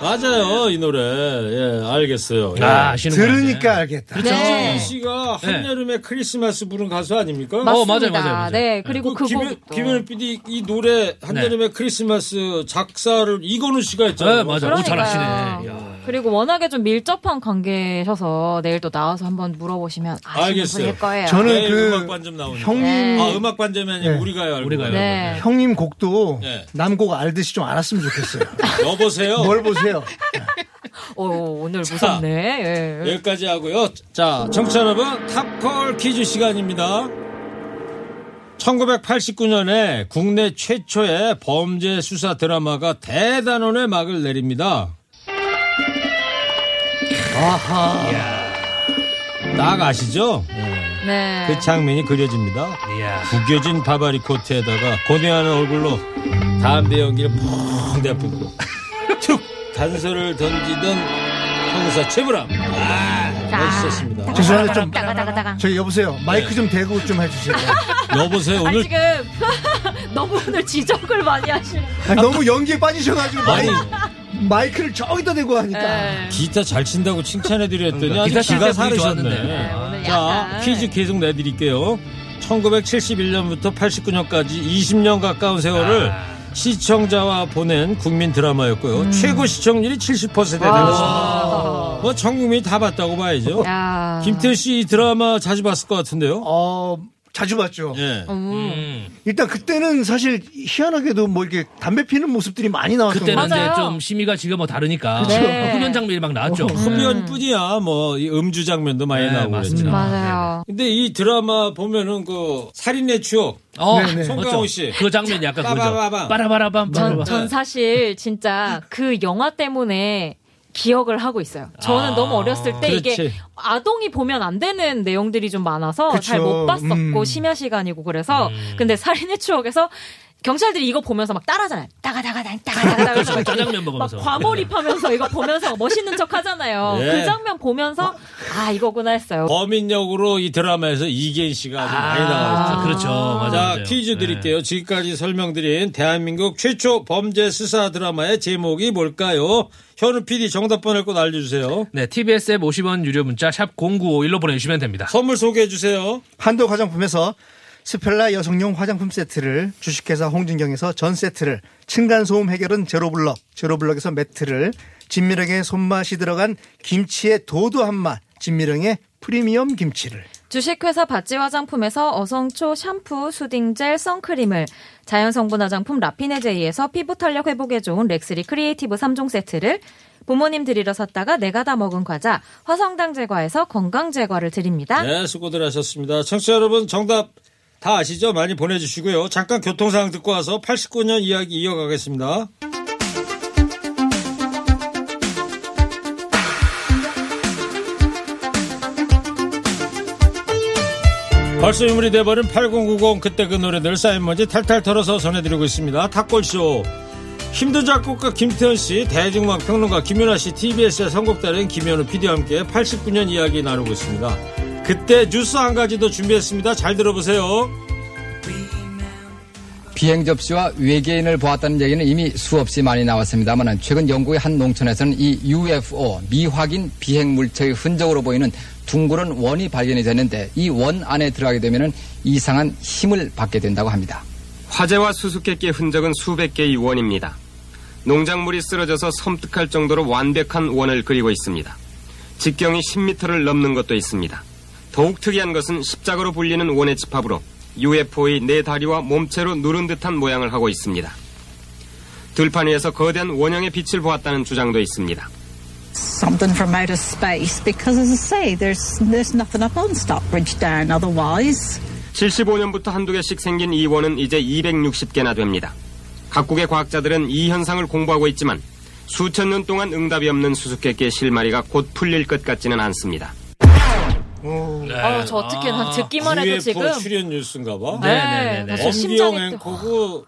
[SPEAKER 3] 맞아요, 이 노래. 예, 알겠어요. 예.
[SPEAKER 5] 아, 아시는 거
[SPEAKER 4] 들으니까 알겠다.
[SPEAKER 5] 그렇죠.
[SPEAKER 6] 네.
[SPEAKER 3] 김 씨가 한여름에 크리스마스 부른 가수 아닙니까? 뭐,
[SPEAKER 5] 맞- 어, 맞아요,
[SPEAKER 6] 맞습니다.
[SPEAKER 5] 맞아요, 맞아요.
[SPEAKER 6] 네, 그리고 네. 그
[SPEAKER 3] 김현,
[SPEAKER 6] 곡도.
[SPEAKER 3] 김현 PD 이 노래 한여름에 크리스마스 작사를 이건우 씨가 했잖아요.
[SPEAKER 5] 네, 맞아요. 오, 잘 아시네.
[SPEAKER 6] 그러니까요.
[SPEAKER 5] 야.
[SPEAKER 6] 그리고 워낙에 좀 밀접한 관계셔서 내일 또 나와서 한번 물어보시면 아시는
[SPEAKER 3] 알겠어요.
[SPEAKER 6] 분일 거예요.
[SPEAKER 4] 저는
[SPEAKER 3] 내일
[SPEAKER 4] 그
[SPEAKER 3] 음악 반점 나오니까.
[SPEAKER 4] 형님
[SPEAKER 6] 네.
[SPEAKER 3] 아, 음악 반점이 아니고
[SPEAKER 4] 네.
[SPEAKER 3] 우리가요. 알고
[SPEAKER 5] 우리가요.
[SPEAKER 3] 가요.
[SPEAKER 6] 네.
[SPEAKER 4] 형님 곡도
[SPEAKER 3] 네.
[SPEAKER 4] 남곡 알듯이 좀 알았으면 좋겠어요.
[SPEAKER 3] 여보세요.
[SPEAKER 6] 네.
[SPEAKER 4] 뭘 보세요?
[SPEAKER 6] 어, 오늘 무섭네. 예.
[SPEAKER 3] 여기까지 하고요. 자, 청취자 여러분, 탑콜 퀴즈 시간입니다. 1989년에 국내 최초의 범죄 수사 드라마가 대단원의 막을 내립니다. 아하. 딱 아시죠?
[SPEAKER 6] 네.
[SPEAKER 3] 그 장면이 그려집니다.
[SPEAKER 5] 이야.
[SPEAKER 3] 구겨진 바바리 코트에다가 고뇌하는 얼굴로 담배 연기를 푹 내뿜고 툭 단서를 던지던 형사 최불암. 아, 멋있었습니다.
[SPEAKER 4] 죄송한데 좀
[SPEAKER 6] 따가따가따가.
[SPEAKER 4] 저기 여보세요. 마이크 좀 대고 좀 해주세요.
[SPEAKER 3] 여보세요
[SPEAKER 6] 아니,
[SPEAKER 3] 오늘
[SPEAKER 6] 지금 너무 오늘 지적을 많이 하시는.
[SPEAKER 4] 아니, 너무 연기에 빠지셔가지고 마이,
[SPEAKER 3] 아니
[SPEAKER 4] 마이크를 저기다 대고 하니까.
[SPEAKER 6] 네.
[SPEAKER 3] 기타 잘 친다고 칭찬해드렸더니
[SPEAKER 5] 그러니까
[SPEAKER 3] 아주
[SPEAKER 5] 기타 칠
[SPEAKER 3] 기가
[SPEAKER 5] 때 분위기
[SPEAKER 3] 사르셨네.
[SPEAKER 5] 좋았는데.
[SPEAKER 6] 오늘
[SPEAKER 3] 자
[SPEAKER 6] 약간.
[SPEAKER 3] 퀴즈 계속 내드릴게요. 1971년부터 89년까지 20년 가까운 세월을 시청자와 보낸 국민 드라마였고요. 최고 시청률이 70%에 달했습니다. 뭐 전국민이 다 봤다고 봐야죠.
[SPEAKER 6] 야.
[SPEAKER 3] 김태현 씨이 드라마 자주 봤을 것 같은데요.
[SPEAKER 4] 어, 자주 봤죠.
[SPEAKER 3] 예.
[SPEAKER 5] 음,
[SPEAKER 4] 일단 그때는 사실 희한하게도 뭐 이렇게 담배 피는 모습들이 많이 나왔던 거
[SPEAKER 5] 그때는
[SPEAKER 6] 맞아요.
[SPEAKER 5] 이제 좀 심의가 지금 뭐 다르니까
[SPEAKER 6] 그쵸. 네.
[SPEAKER 5] 흡연 장면이 막 나왔죠.
[SPEAKER 3] 흡연뿐이야 뭐이 음주 장면도 많이
[SPEAKER 5] 네,
[SPEAKER 3] 나오고
[SPEAKER 5] 맞습니다.
[SPEAKER 3] 그랬죠.
[SPEAKER 6] 맞아요.
[SPEAKER 3] 근데 이 드라마 보면은 그 살인의 추억
[SPEAKER 5] 어,
[SPEAKER 4] 네네.
[SPEAKER 3] 송강호 씨.
[SPEAKER 5] 그 장면 이 약간
[SPEAKER 3] 빠바바밤.
[SPEAKER 5] 그죠. 빠라바라밤.
[SPEAKER 6] 전,
[SPEAKER 5] 빠라바.
[SPEAKER 6] 전 사실 진짜 그 영화 때문에 기억을 하고 있어요. 저는
[SPEAKER 5] 아,
[SPEAKER 6] 너무 어렸을 때 이게
[SPEAKER 3] 그렇지.
[SPEAKER 6] 아동이 보면 안 되는 내용들이 좀 많아서
[SPEAKER 4] 그쵸.
[SPEAKER 6] 잘 못 봤었고
[SPEAKER 4] 음.
[SPEAKER 6] 심야 시간이고 그래서 근데 살인의 추억에서 경찰들이 이거 보면서 막 따라잖아요. 따가다가다 따가다가다 그래서 막 이렇게
[SPEAKER 5] 짜장면 먹으면서.
[SPEAKER 6] 막 과몰입하면서 이거 보면서 멋있는 척 하잖아요.
[SPEAKER 3] 예.
[SPEAKER 6] 그 장면 보면서 아 이거구나 했어요.
[SPEAKER 3] 범인 역으로 이 드라마에서 이계인 씨가 아주 많이
[SPEAKER 5] 아,
[SPEAKER 3] 나왔죠.
[SPEAKER 5] 그렇죠. 맞아요.
[SPEAKER 3] 자,
[SPEAKER 5] 맞아요.
[SPEAKER 3] 퀴즈
[SPEAKER 5] 네.
[SPEAKER 3] 드릴게요. 지금까지 설명드린 대한민국 최초 범죄 수사 드라마의 제목이 뭘까요? 현우 PD 정답 보낼 곳 알려주세요.
[SPEAKER 5] 네, TBS 앱 50원 유료 문자 샵 0951로 보내주시면 됩니다.
[SPEAKER 3] 선물 소개해주세요.
[SPEAKER 4] 한도 화장품에서 스펠라 여성용 화장품 세트를 주식회사 홍진경에서 전 세트를 층간소음 해결은 제로블럭 제로블럭에서 매트를 진미령의 손맛이 들어간 김치의 도도 한맛 진미령의 프리미엄 김치를
[SPEAKER 6] 주식회사 바찌 화장품에서 어성초 샴푸, 수딩젤, 선크림을 자연성분 화장품 라피네제이에서 피부 탄력 회복에 좋은 렉스리 크리에이티브 3종 세트를 부모님 드리러 샀다가 내가 다 먹은 과자 화성당 제과에서 건강 제과를 드립니다.
[SPEAKER 3] 네, 수고들 하셨습니다. 청취자 여러분 정답 다 아시죠? 많이 보내주시고요. 잠깐 교통상황 듣고 와서 89년 이야기 이어가겠습니다. 벌써 유물이 돼버린 8090 그때 그 노래들 쌓인 먼지 탈탈 털어서 전해드리고 있습니다. 탁골쇼 힘든 작곡가 김태현 씨, 대중음악 평론가 김연아 씨, TBS의 선곡달인 김연우 PD와 함께 89년 이야기 나누고 있습니다. 그때 뉴스 한 가지 더 준비했습니다. 잘 들어보세요.
[SPEAKER 7] 비행 접시와 외계인을 보았다는 얘기는 이미 수없이 많이 나왔습니다만 최근 영국의 한 농촌에서는 이 UFO 미확인 비행 물체의 흔적으로 보이는 둥그런 원이 발견이 됐는데 이 원 안에 들어가게 되면 이상한 힘을 받게 된다고 합니다.
[SPEAKER 10] 화재와 수수께끼의 흔적은 수백 개의 원입니다. 농작물이 쓰러져서 섬뜩할 정도로 완벽한 원을 그리고 있습니다. 직경이 10m를 넘는 것도 있습니다. 더욱 특이한 것은 십자가로 불리는 원의 집합으로 UFO의 네 다리와 몸체로 누른 듯한 모양을 하고 있습니다. 들판 위에서 거대한 원형의 빛을 보았다는 주장도 있습니다.
[SPEAKER 9] Something from outer space because, as I say, there's there's nothing up on Stockbridge Down otherwise.
[SPEAKER 10] 75년부터 한두 개씩 생긴 이 원은 이제 260개나 됩니다. 각국의 과학자들은 이 현상을 공부하고 있지만 수천 년 동안 응답이 없는 수수께끼의 실마리가 곧 풀릴 것 같지는 않습니다.
[SPEAKER 6] 어, 저 어떻게 난 듣기만 해도 지금
[SPEAKER 3] UFO 출연 뉴스인가 봐.
[SPEAKER 6] 네,
[SPEAKER 5] 네, 네, 네.
[SPEAKER 6] 사실
[SPEAKER 3] 엄기영
[SPEAKER 6] 심장이 또-
[SPEAKER 3] 앵커고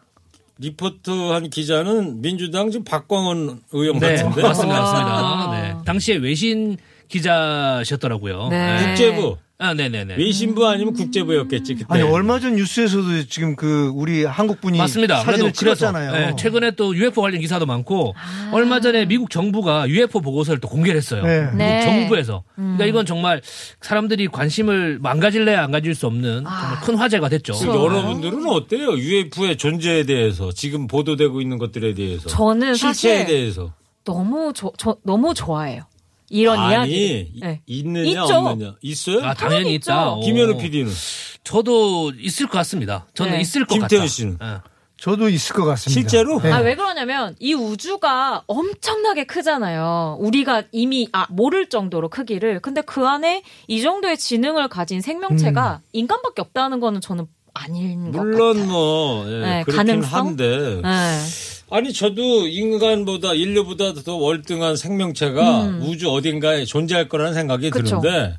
[SPEAKER 3] 리포터한 기자는 민주당 지금 박광원 의원
[SPEAKER 5] 네,
[SPEAKER 3] 같은데.
[SPEAKER 6] 아.
[SPEAKER 5] 맞습니다.
[SPEAKER 6] 와.
[SPEAKER 5] 맞습니다. 네. 당시에 외신 기자셨더라고요.
[SPEAKER 3] 네. 국제부.
[SPEAKER 5] 아, 네네네.
[SPEAKER 3] 외신부 아니면 국제부였겠지 그때.
[SPEAKER 4] 아니 얼마 전 뉴스에서도 지금 그 우리 한국 분이
[SPEAKER 5] 네. 맞습니다.
[SPEAKER 4] 사진을
[SPEAKER 5] 그래도 그래서,
[SPEAKER 4] 찍었잖아요.
[SPEAKER 5] 예, 최근에 또 UFO 관련 기사도 많고
[SPEAKER 6] 아.
[SPEAKER 5] 얼마 전에 미국 정부가 UFO 보고서를 또 공개를 했어요.
[SPEAKER 4] 네.
[SPEAKER 5] 미국
[SPEAKER 4] 네.
[SPEAKER 5] 정부에서.
[SPEAKER 6] 음.
[SPEAKER 5] 그러니까 이건 정말 사람들이 관심을 망가질래야 안 가질 수 없는
[SPEAKER 6] 아.
[SPEAKER 5] 정말 큰 화제가 됐죠.
[SPEAKER 6] 그렇죠.
[SPEAKER 3] 지금 그 여러분들은 어때요? UFO의 존재에 대해서 지금 보도되고 있는 것들에 대해서
[SPEAKER 6] 저는
[SPEAKER 3] 실체에
[SPEAKER 6] 사실
[SPEAKER 3] 대해서
[SPEAKER 6] 너무 저, 저 너무 좋아해요. 이런 네.
[SPEAKER 3] 아니
[SPEAKER 6] 이야기.
[SPEAKER 3] 이- 있느냐
[SPEAKER 6] 있죠.
[SPEAKER 3] 없느냐 있어요?
[SPEAKER 5] 아, 당연히 있다.
[SPEAKER 3] 김현우
[SPEAKER 5] 오.
[SPEAKER 3] PD는
[SPEAKER 5] 저도 있을 것 같습니다. 저는
[SPEAKER 6] 네.
[SPEAKER 5] 있을 것 같다.
[SPEAKER 3] 김태훈 씨는?
[SPEAKER 5] 예.
[SPEAKER 4] 저도 있을 것 같습니다.
[SPEAKER 3] 실제로?
[SPEAKER 4] 네.
[SPEAKER 6] 아, 왜 그러냐면 이 우주가 엄청나게 크잖아요. 우리가 이미 아, 모를 정도로 크기를. 근데 그 안에 이 정도의 지능을 가진
[SPEAKER 4] 음.
[SPEAKER 6] 생명체가 인간밖에 없다는 거는 저는 아닌 것 같아요.
[SPEAKER 3] 물론 뭐 예,
[SPEAKER 6] 네,
[SPEAKER 3] 그렇긴
[SPEAKER 6] 가능성?
[SPEAKER 3] 한데
[SPEAKER 6] 네.
[SPEAKER 3] 아니 저도 인간보다 인류보다 더 월등한 생명체가 우주 어딘가에 존재할 거라는 생각이
[SPEAKER 6] 음. 그쵸.
[SPEAKER 3] 드는데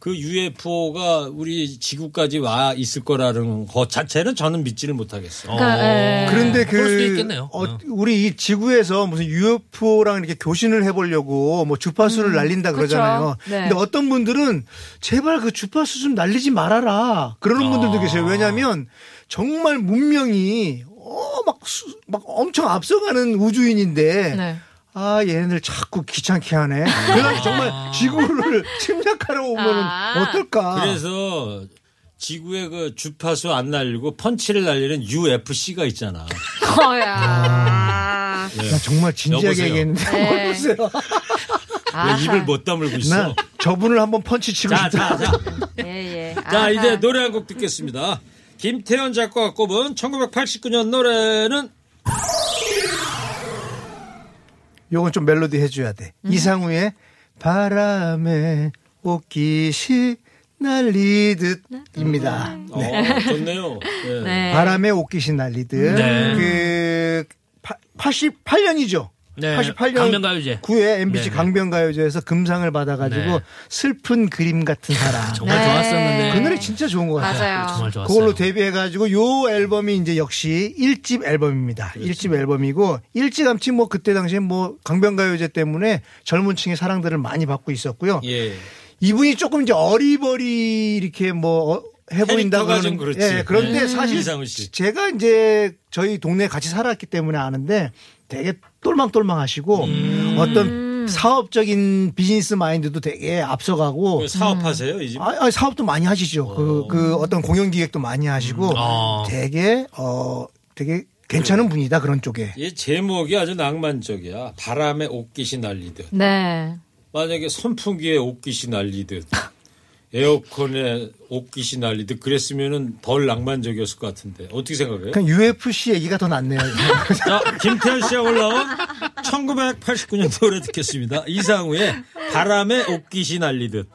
[SPEAKER 3] 그 UFO가 우리 지구까지 와 있을 거라는 것 자체는 저는 믿지를 못하겠어요.
[SPEAKER 6] 그러니까, 예.
[SPEAKER 4] 그런데
[SPEAKER 5] 네. 그럴 수도
[SPEAKER 4] 그
[SPEAKER 5] 있겠네요.
[SPEAKER 4] 어, 우리 이 지구에서 무슨 UFO랑 이렇게 교신을 해보려고 뭐 주파수를 날린다
[SPEAKER 6] 음, 그쵸.
[SPEAKER 4] 그러잖아요.
[SPEAKER 6] 네.
[SPEAKER 4] 근데 어떤 분들은 제발 그 주파수 좀 날리지 말아라 그러는 분들도 계세요. 왜냐하면 정말 문명이 어막 막 엄청 앞서가는 우주인인데.
[SPEAKER 6] 네.
[SPEAKER 4] 아 얘네들 자꾸 귀찮게 하네. 그래서 정말 지구를 침략하러 오면
[SPEAKER 6] 아.
[SPEAKER 4] 어떨까?
[SPEAKER 3] 그래서 지구에 그 주파수 안 날리고 펀치를 날리는 UFC가 있잖아. 예.
[SPEAKER 6] 거야.
[SPEAKER 4] 나 정말 진지하게
[SPEAKER 3] 여보세요.
[SPEAKER 4] 얘기했는데
[SPEAKER 6] 네.
[SPEAKER 4] 모르세요.
[SPEAKER 3] 왜
[SPEAKER 6] 아하.
[SPEAKER 3] 입을 못 다물고 있어?
[SPEAKER 4] 나 저분을 한번 펀치 치고
[SPEAKER 3] 자,
[SPEAKER 4] 싶다.
[SPEAKER 3] 자, 자.
[SPEAKER 6] 예, 예.
[SPEAKER 3] 자,
[SPEAKER 6] 아하.
[SPEAKER 3] 이제 노래 한 곡 듣겠습니다. 김태현 작가가 꼽은 1989년 노래는
[SPEAKER 4] 요건 좀 멜로디 해줘야 돼. 이상우의 바람에 옷깃이 날리듯입니다.
[SPEAKER 3] 어, 좋네요. 예.
[SPEAKER 6] 네.
[SPEAKER 4] 바람에 옷깃이 날리듯.
[SPEAKER 5] 네.
[SPEAKER 4] 그 파, 88년이죠.
[SPEAKER 5] 네,
[SPEAKER 4] 88년
[SPEAKER 5] 강변가요제.
[SPEAKER 4] 9회 MBC
[SPEAKER 5] 네, 네.
[SPEAKER 4] 강변가요제에서 금상을 받아가지고
[SPEAKER 5] 네. 아,
[SPEAKER 4] 슬픈 그림 같은 사람.
[SPEAKER 5] 정말
[SPEAKER 6] 네.
[SPEAKER 5] 좋았었는데.
[SPEAKER 4] 그 노래 진짜 좋은 것 같아요.
[SPEAKER 6] 맞아요.
[SPEAKER 5] 정말 좋았어요.
[SPEAKER 4] 그걸로 데뷔해가지고 요 앨범이 이제 역시 1집 앨범입니다. 일집 앨범이고 일찌감치 뭐 그때 당시에 뭐 강변가요제 때문에 젊은 층의 사랑들을 많이 받고 있었고요.
[SPEAKER 3] 예.
[SPEAKER 4] 이분이 조금 이제 어리버리 이렇게 뭐 어,
[SPEAKER 3] 캐릭터가
[SPEAKER 4] 해보인다 그러는
[SPEAKER 3] 좀 그렇지.
[SPEAKER 4] 예, 그런데
[SPEAKER 3] 음.
[SPEAKER 4] 사실
[SPEAKER 3] 이상우 씨.
[SPEAKER 4] 제가 이제 저희 동네에 같이 살았기 때문에 아는데 되게 똘망똘망하시고
[SPEAKER 3] 음.
[SPEAKER 4] 어떤 사업적인 비즈니스 마인드도 되게 앞서가고
[SPEAKER 3] 그 사업하세요, 이 집?
[SPEAKER 4] 아, 아, 사업도 많이 하시죠. 그, 그 어떤 공연 기획도 많이 하시고
[SPEAKER 3] 음.
[SPEAKER 5] 아.
[SPEAKER 4] 되게 어 되게 괜찮은 분이다 그런 쪽에.
[SPEAKER 3] 이 제목이 아주 낭만적이야. 바람에 옷깃이 날리듯.
[SPEAKER 6] 네.
[SPEAKER 3] 만약에 선풍기에 옷깃이 날리듯. 에어컨에 옷깃이 날리듯 그랬으면은 덜 낭만적이었을 것 같은데 어떻게 생각해요?
[SPEAKER 4] 그냥 UFC 얘기가 더 낫네요.
[SPEAKER 3] 어. 자, 김태현 씨가 올라온 1989년 노래 듣겠습니다. 이상우의 바람에 옷깃이 날리듯.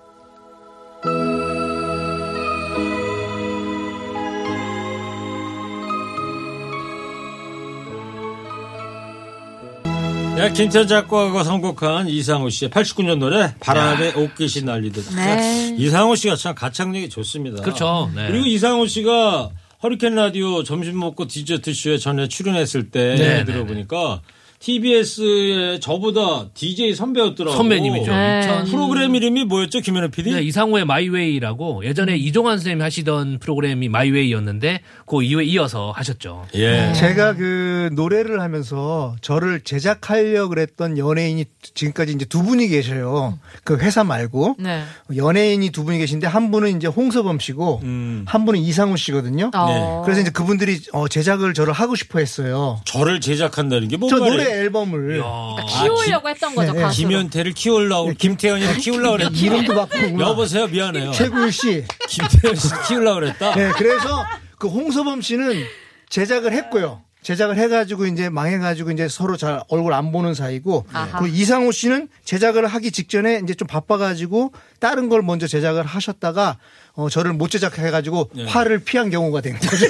[SPEAKER 3] 야, 김태현 작가가 선곡한 이상우 씨의 89년 노래 바람에 옷깃이 날리듯.
[SPEAKER 6] 네.
[SPEAKER 3] 이상우 씨가 참 가창력이 좋습니다.
[SPEAKER 5] 그렇죠. 네.
[SPEAKER 3] 그리고 이상우 씨가 허리케인 라디오 점심 먹고 디저트 쇼에 전에 출연했을 때
[SPEAKER 5] 네,
[SPEAKER 3] 들어보니까 TBS에 저보다 DJ 선배였더라고.
[SPEAKER 5] 선배님이죠.
[SPEAKER 6] 네.
[SPEAKER 5] 2000
[SPEAKER 3] 프로그램 이름이 뭐였죠, 김현우 PD?
[SPEAKER 5] 네, 이상우의 마이웨이라고 예전에 이종환 선생님이 하시던 프로그램이 마이웨이였는데 그 이후에 이어서 하셨죠.
[SPEAKER 3] 예.
[SPEAKER 4] 제가 그 노래를 하면서 저를 제작하려 그랬던 연예인이 지금까지 이제 두 분이 계셔요. 그 회사 말고
[SPEAKER 6] 네.
[SPEAKER 4] 연예인이 두 분이 계신데 한 분은 이제 홍서범 씨고
[SPEAKER 3] 음.
[SPEAKER 4] 한 분은 이상우 씨거든요.
[SPEAKER 3] 네.
[SPEAKER 6] 어.
[SPEAKER 4] 그래서 이제 그분들이 어, 제작을 저를 하고 싶어 했어요.
[SPEAKER 3] 저를 제작한다는 게뭔
[SPEAKER 4] 저
[SPEAKER 3] 말이에요?
[SPEAKER 4] 노래 앨범을
[SPEAKER 6] 아, 키우려고 했던 거죠,
[SPEAKER 4] 네,
[SPEAKER 6] 가수로.
[SPEAKER 3] 아, 김현태를
[SPEAKER 4] 예,
[SPEAKER 3] 키우려고, 김태현이를 키우려고 그랬다.
[SPEAKER 4] 아, 이름도 바꾸고
[SPEAKER 3] 여보세요, 미안해요.
[SPEAKER 4] 최구일 씨.
[SPEAKER 3] 김태현 씨 키우려고 그랬다.
[SPEAKER 4] 네, 그래서 그 홍서범 씨는 제작을 했고요. 제작을 해가지고 이제 망해가지고 이제 서로 잘 얼굴 안 보는 사이고
[SPEAKER 6] 아하.
[SPEAKER 4] 그리고 이상호 씨는 제작을 하기 직전에 이제 좀 바빠가지고 다른 걸 먼저 제작을 하셨다가 어, 저를 못 제작해가지고
[SPEAKER 3] 네.
[SPEAKER 4] 화를 피한 경우가 된 거죠.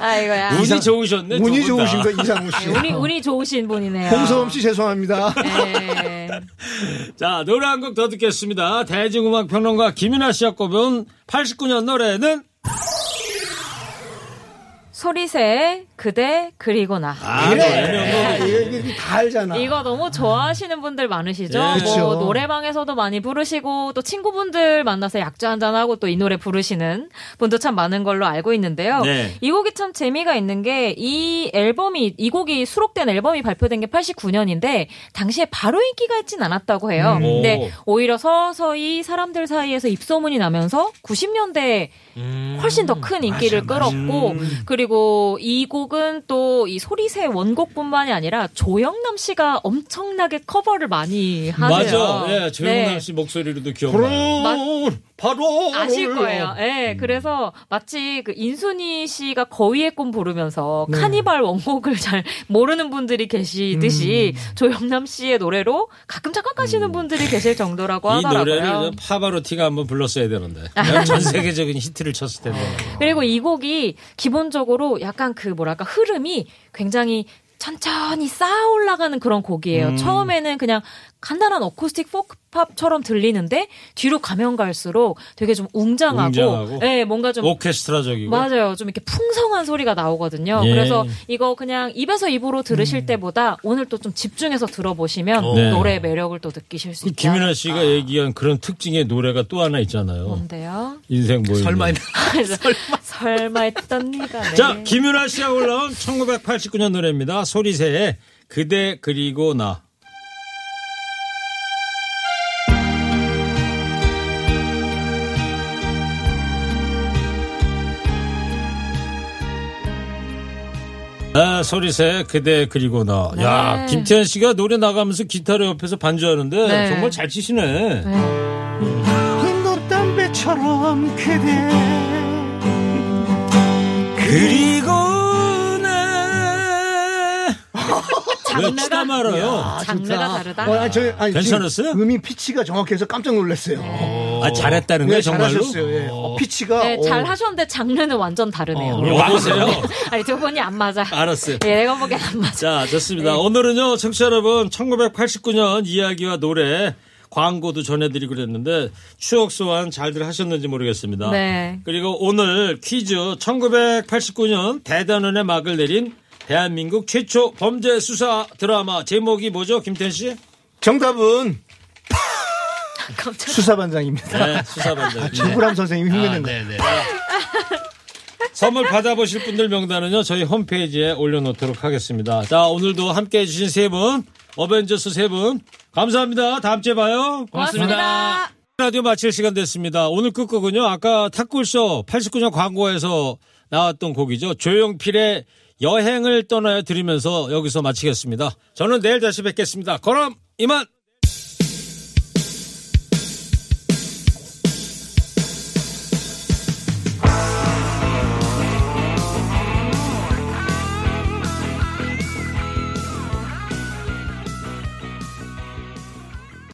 [SPEAKER 6] 아이고야.
[SPEAKER 3] 운이 좋으셨네.
[SPEAKER 4] 운이
[SPEAKER 3] 두분 다.
[SPEAKER 4] 좋으신 거 이상호 씨. 아,
[SPEAKER 6] 네, 운이, 운이 좋으신 분이네요.
[SPEAKER 4] 홍서범 씨
[SPEAKER 3] 아,
[SPEAKER 4] 죄송합니다.
[SPEAKER 6] 네.
[SPEAKER 3] 자, 노래 한 곡 더 듣겠습니다. 대중음악 평론가 김윤아 씨가 꼽은 89년 노래는
[SPEAKER 6] 소리새 그대 그리고 나.
[SPEAKER 3] 네.
[SPEAKER 11] 아,
[SPEAKER 4] 네.
[SPEAKER 11] 그래. 이거, 이거 다 알잖아.
[SPEAKER 6] 이거 너무 좋아하시는 분들 많으시죠?
[SPEAKER 11] 예.
[SPEAKER 6] 뭐
[SPEAKER 11] 그쵸.
[SPEAKER 6] 노래방에서도 많이 부르시고 또 친구분들 만나서 약주 한잔 하고 또 이 노래 부르시는 분도 참 많은 걸로 알고 있는데요.
[SPEAKER 12] 네.
[SPEAKER 6] 이 곡이 참 재미가 있는 게 이 앨범이 이 곡이 수록된 앨범이 발표된 게 89년인데 당시에 바로 인기가 있진 않았다고 해요.
[SPEAKER 12] 음.
[SPEAKER 6] 근데 오히려 서서히 사람들 사이에서 입소문이 나면서 90년대 훨씬
[SPEAKER 3] 음.
[SPEAKER 6] 더 큰 인기를 끌었고 그리고 이 곡은 또 이 소리새 원곡뿐만이 아니라 조영남 씨가 엄청나게 커버를 많이 하세요.
[SPEAKER 3] 맞아. 예, 조영남
[SPEAKER 6] 네.
[SPEAKER 3] 씨 목소리로도 기억나요. 바로
[SPEAKER 6] 아실 거예요. 예,
[SPEAKER 3] 음.
[SPEAKER 6] 그래서 마치 그 인순이 씨가 거위의 꿈 부르면서
[SPEAKER 3] 네.
[SPEAKER 6] 카니발 원곡을 잘 모르는 분들이 계시듯이
[SPEAKER 3] 음.
[SPEAKER 6] 조영남 씨의 노래로 가끔 잠깐 가시는 분들이 계실 정도라고
[SPEAKER 3] 이
[SPEAKER 6] 뭐 하더라고요.
[SPEAKER 3] 노래를 파바로티가 한번 불렀어야 되는데 그냥 전 세계적인 히트를 쳤을 텐데.
[SPEAKER 6] 그리고 이 곡이 기본적으로 약간 그 뭐랄까 흐름이 굉장히 천천히 쌓아 올라가는 그런 곡이에요.
[SPEAKER 12] 음.
[SPEAKER 6] 처음에는 그냥 간단한 어쿠스틱 포크팝처럼 들리는데 뒤로 가면 갈수록 되게 좀 웅장하고,
[SPEAKER 3] 웅장하고
[SPEAKER 6] 예, 뭔가 좀
[SPEAKER 3] 오케스트라적이고
[SPEAKER 6] 맞아요. 좀 이렇게 풍성한 소리가 나오거든요.
[SPEAKER 3] 예. 음.
[SPEAKER 6] 그래서 이거 그냥 입에서 입으로 들으실 때보다 오늘 또 좀 집중해서 들어보시면 그
[SPEAKER 3] 어. 네.
[SPEAKER 6] 노래의 매력을 또 느끼실 수
[SPEAKER 3] 그
[SPEAKER 6] 있다.
[SPEAKER 3] 김윤아 씨가 얘기한 그런 특징의 노래가 또 하나 있잖아요.
[SPEAKER 6] 음. 뭔데요?
[SPEAKER 3] 인생 모임. 설마
[SPEAKER 6] 설마 설마 했던 네가 네.
[SPEAKER 3] 자, 김윤아 씨가 올라온 1989년 노래입니다. 소리새의 그대 그리고 나. 아, 소리새 그대 그리고 나.
[SPEAKER 6] 네.
[SPEAKER 3] 야, 김태현 씨가 노래 나가면서 기타를 옆에서 반주하는데
[SPEAKER 4] 네.
[SPEAKER 3] 정말 잘 치시네.
[SPEAKER 4] 흰옷 담배처럼 그대
[SPEAKER 3] 그리고 왜 치다 말아요?
[SPEAKER 4] 진짜.
[SPEAKER 6] 다르다.
[SPEAKER 4] 어, 아니, 저, 아니,
[SPEAKER 3] 괜찮았어요?
[SPEAKER 4] 지금 음이 피치가 정확해서 깜짝 놀랐어요.
[SPEAKER 3] 아, 잘했다는
[SPEAKER 4] 네,
[SPEAKER 3] 거예요, 정말로?
[SPEAKER 4] 잘하셨어요. 예. 어, 피치가
[SPEAKER 6] 네,
[SPEAKER 4] 어.
[SPEAKER 6] 잘 하셨는데 장르는 완전 다르네요.
[SPEAKER 3] 어, 와보세요.
[SPEAKER 6] 아니 두 분이 안 맞아.
[SPEAKER 3] 알았어요.
[SPEAKER 6] 예, 내가 보기엔 안 맞아.
[SPEAKER 3] 자, 좋습니다. 오늘은요, 청취자 여러분, 1989년 이야기와 노래, 광고도 전해드리고 그랬는데, 추억 소환 잘들 하셨는지 모르겠습니다.
[SPEAKER 6] 네.
[SPEAKER 3] 그리고 오늘 퀴즈, 1989년 대단원의 막을 내린 대한민국 최초 범죄 수사 드라마 제목이 뭐죠, 김태현 씨?
[SPEAKER 4] 정답은
[SPEAKER 6] 깜짝
[SPEAKER 4] 수사반장입니다.
[SPEAKER 3] 네, 수사반장.
[SPEAKER 4] 아, 정구람 선생님이 흉내낸 거예요.
[SPEAKER 5] 네,
[SPEAKER 3] 선물 받아보실 분들 명단은요 저희 홈페이지에 올려놓도록 하겠습니다. 자 오늘도 함께해 주신 세 분 어벤져스 세 분 감사합니다. 다음 주에 봐요.
[SPEAKER 5] 고맙습니다. 고맙습니다.
[SPEAKER 3] 라디오 마칠 시간 됐습니다. 오늘 끝곡은요 아까 탁골쇼 89년 광고에서 나왔던 곡이죠 조용필의 여행을 떠나요 들으면서 여기서 마치겠습니다. 저는 내일 다시 뵙겠습니다. 그럼 이만.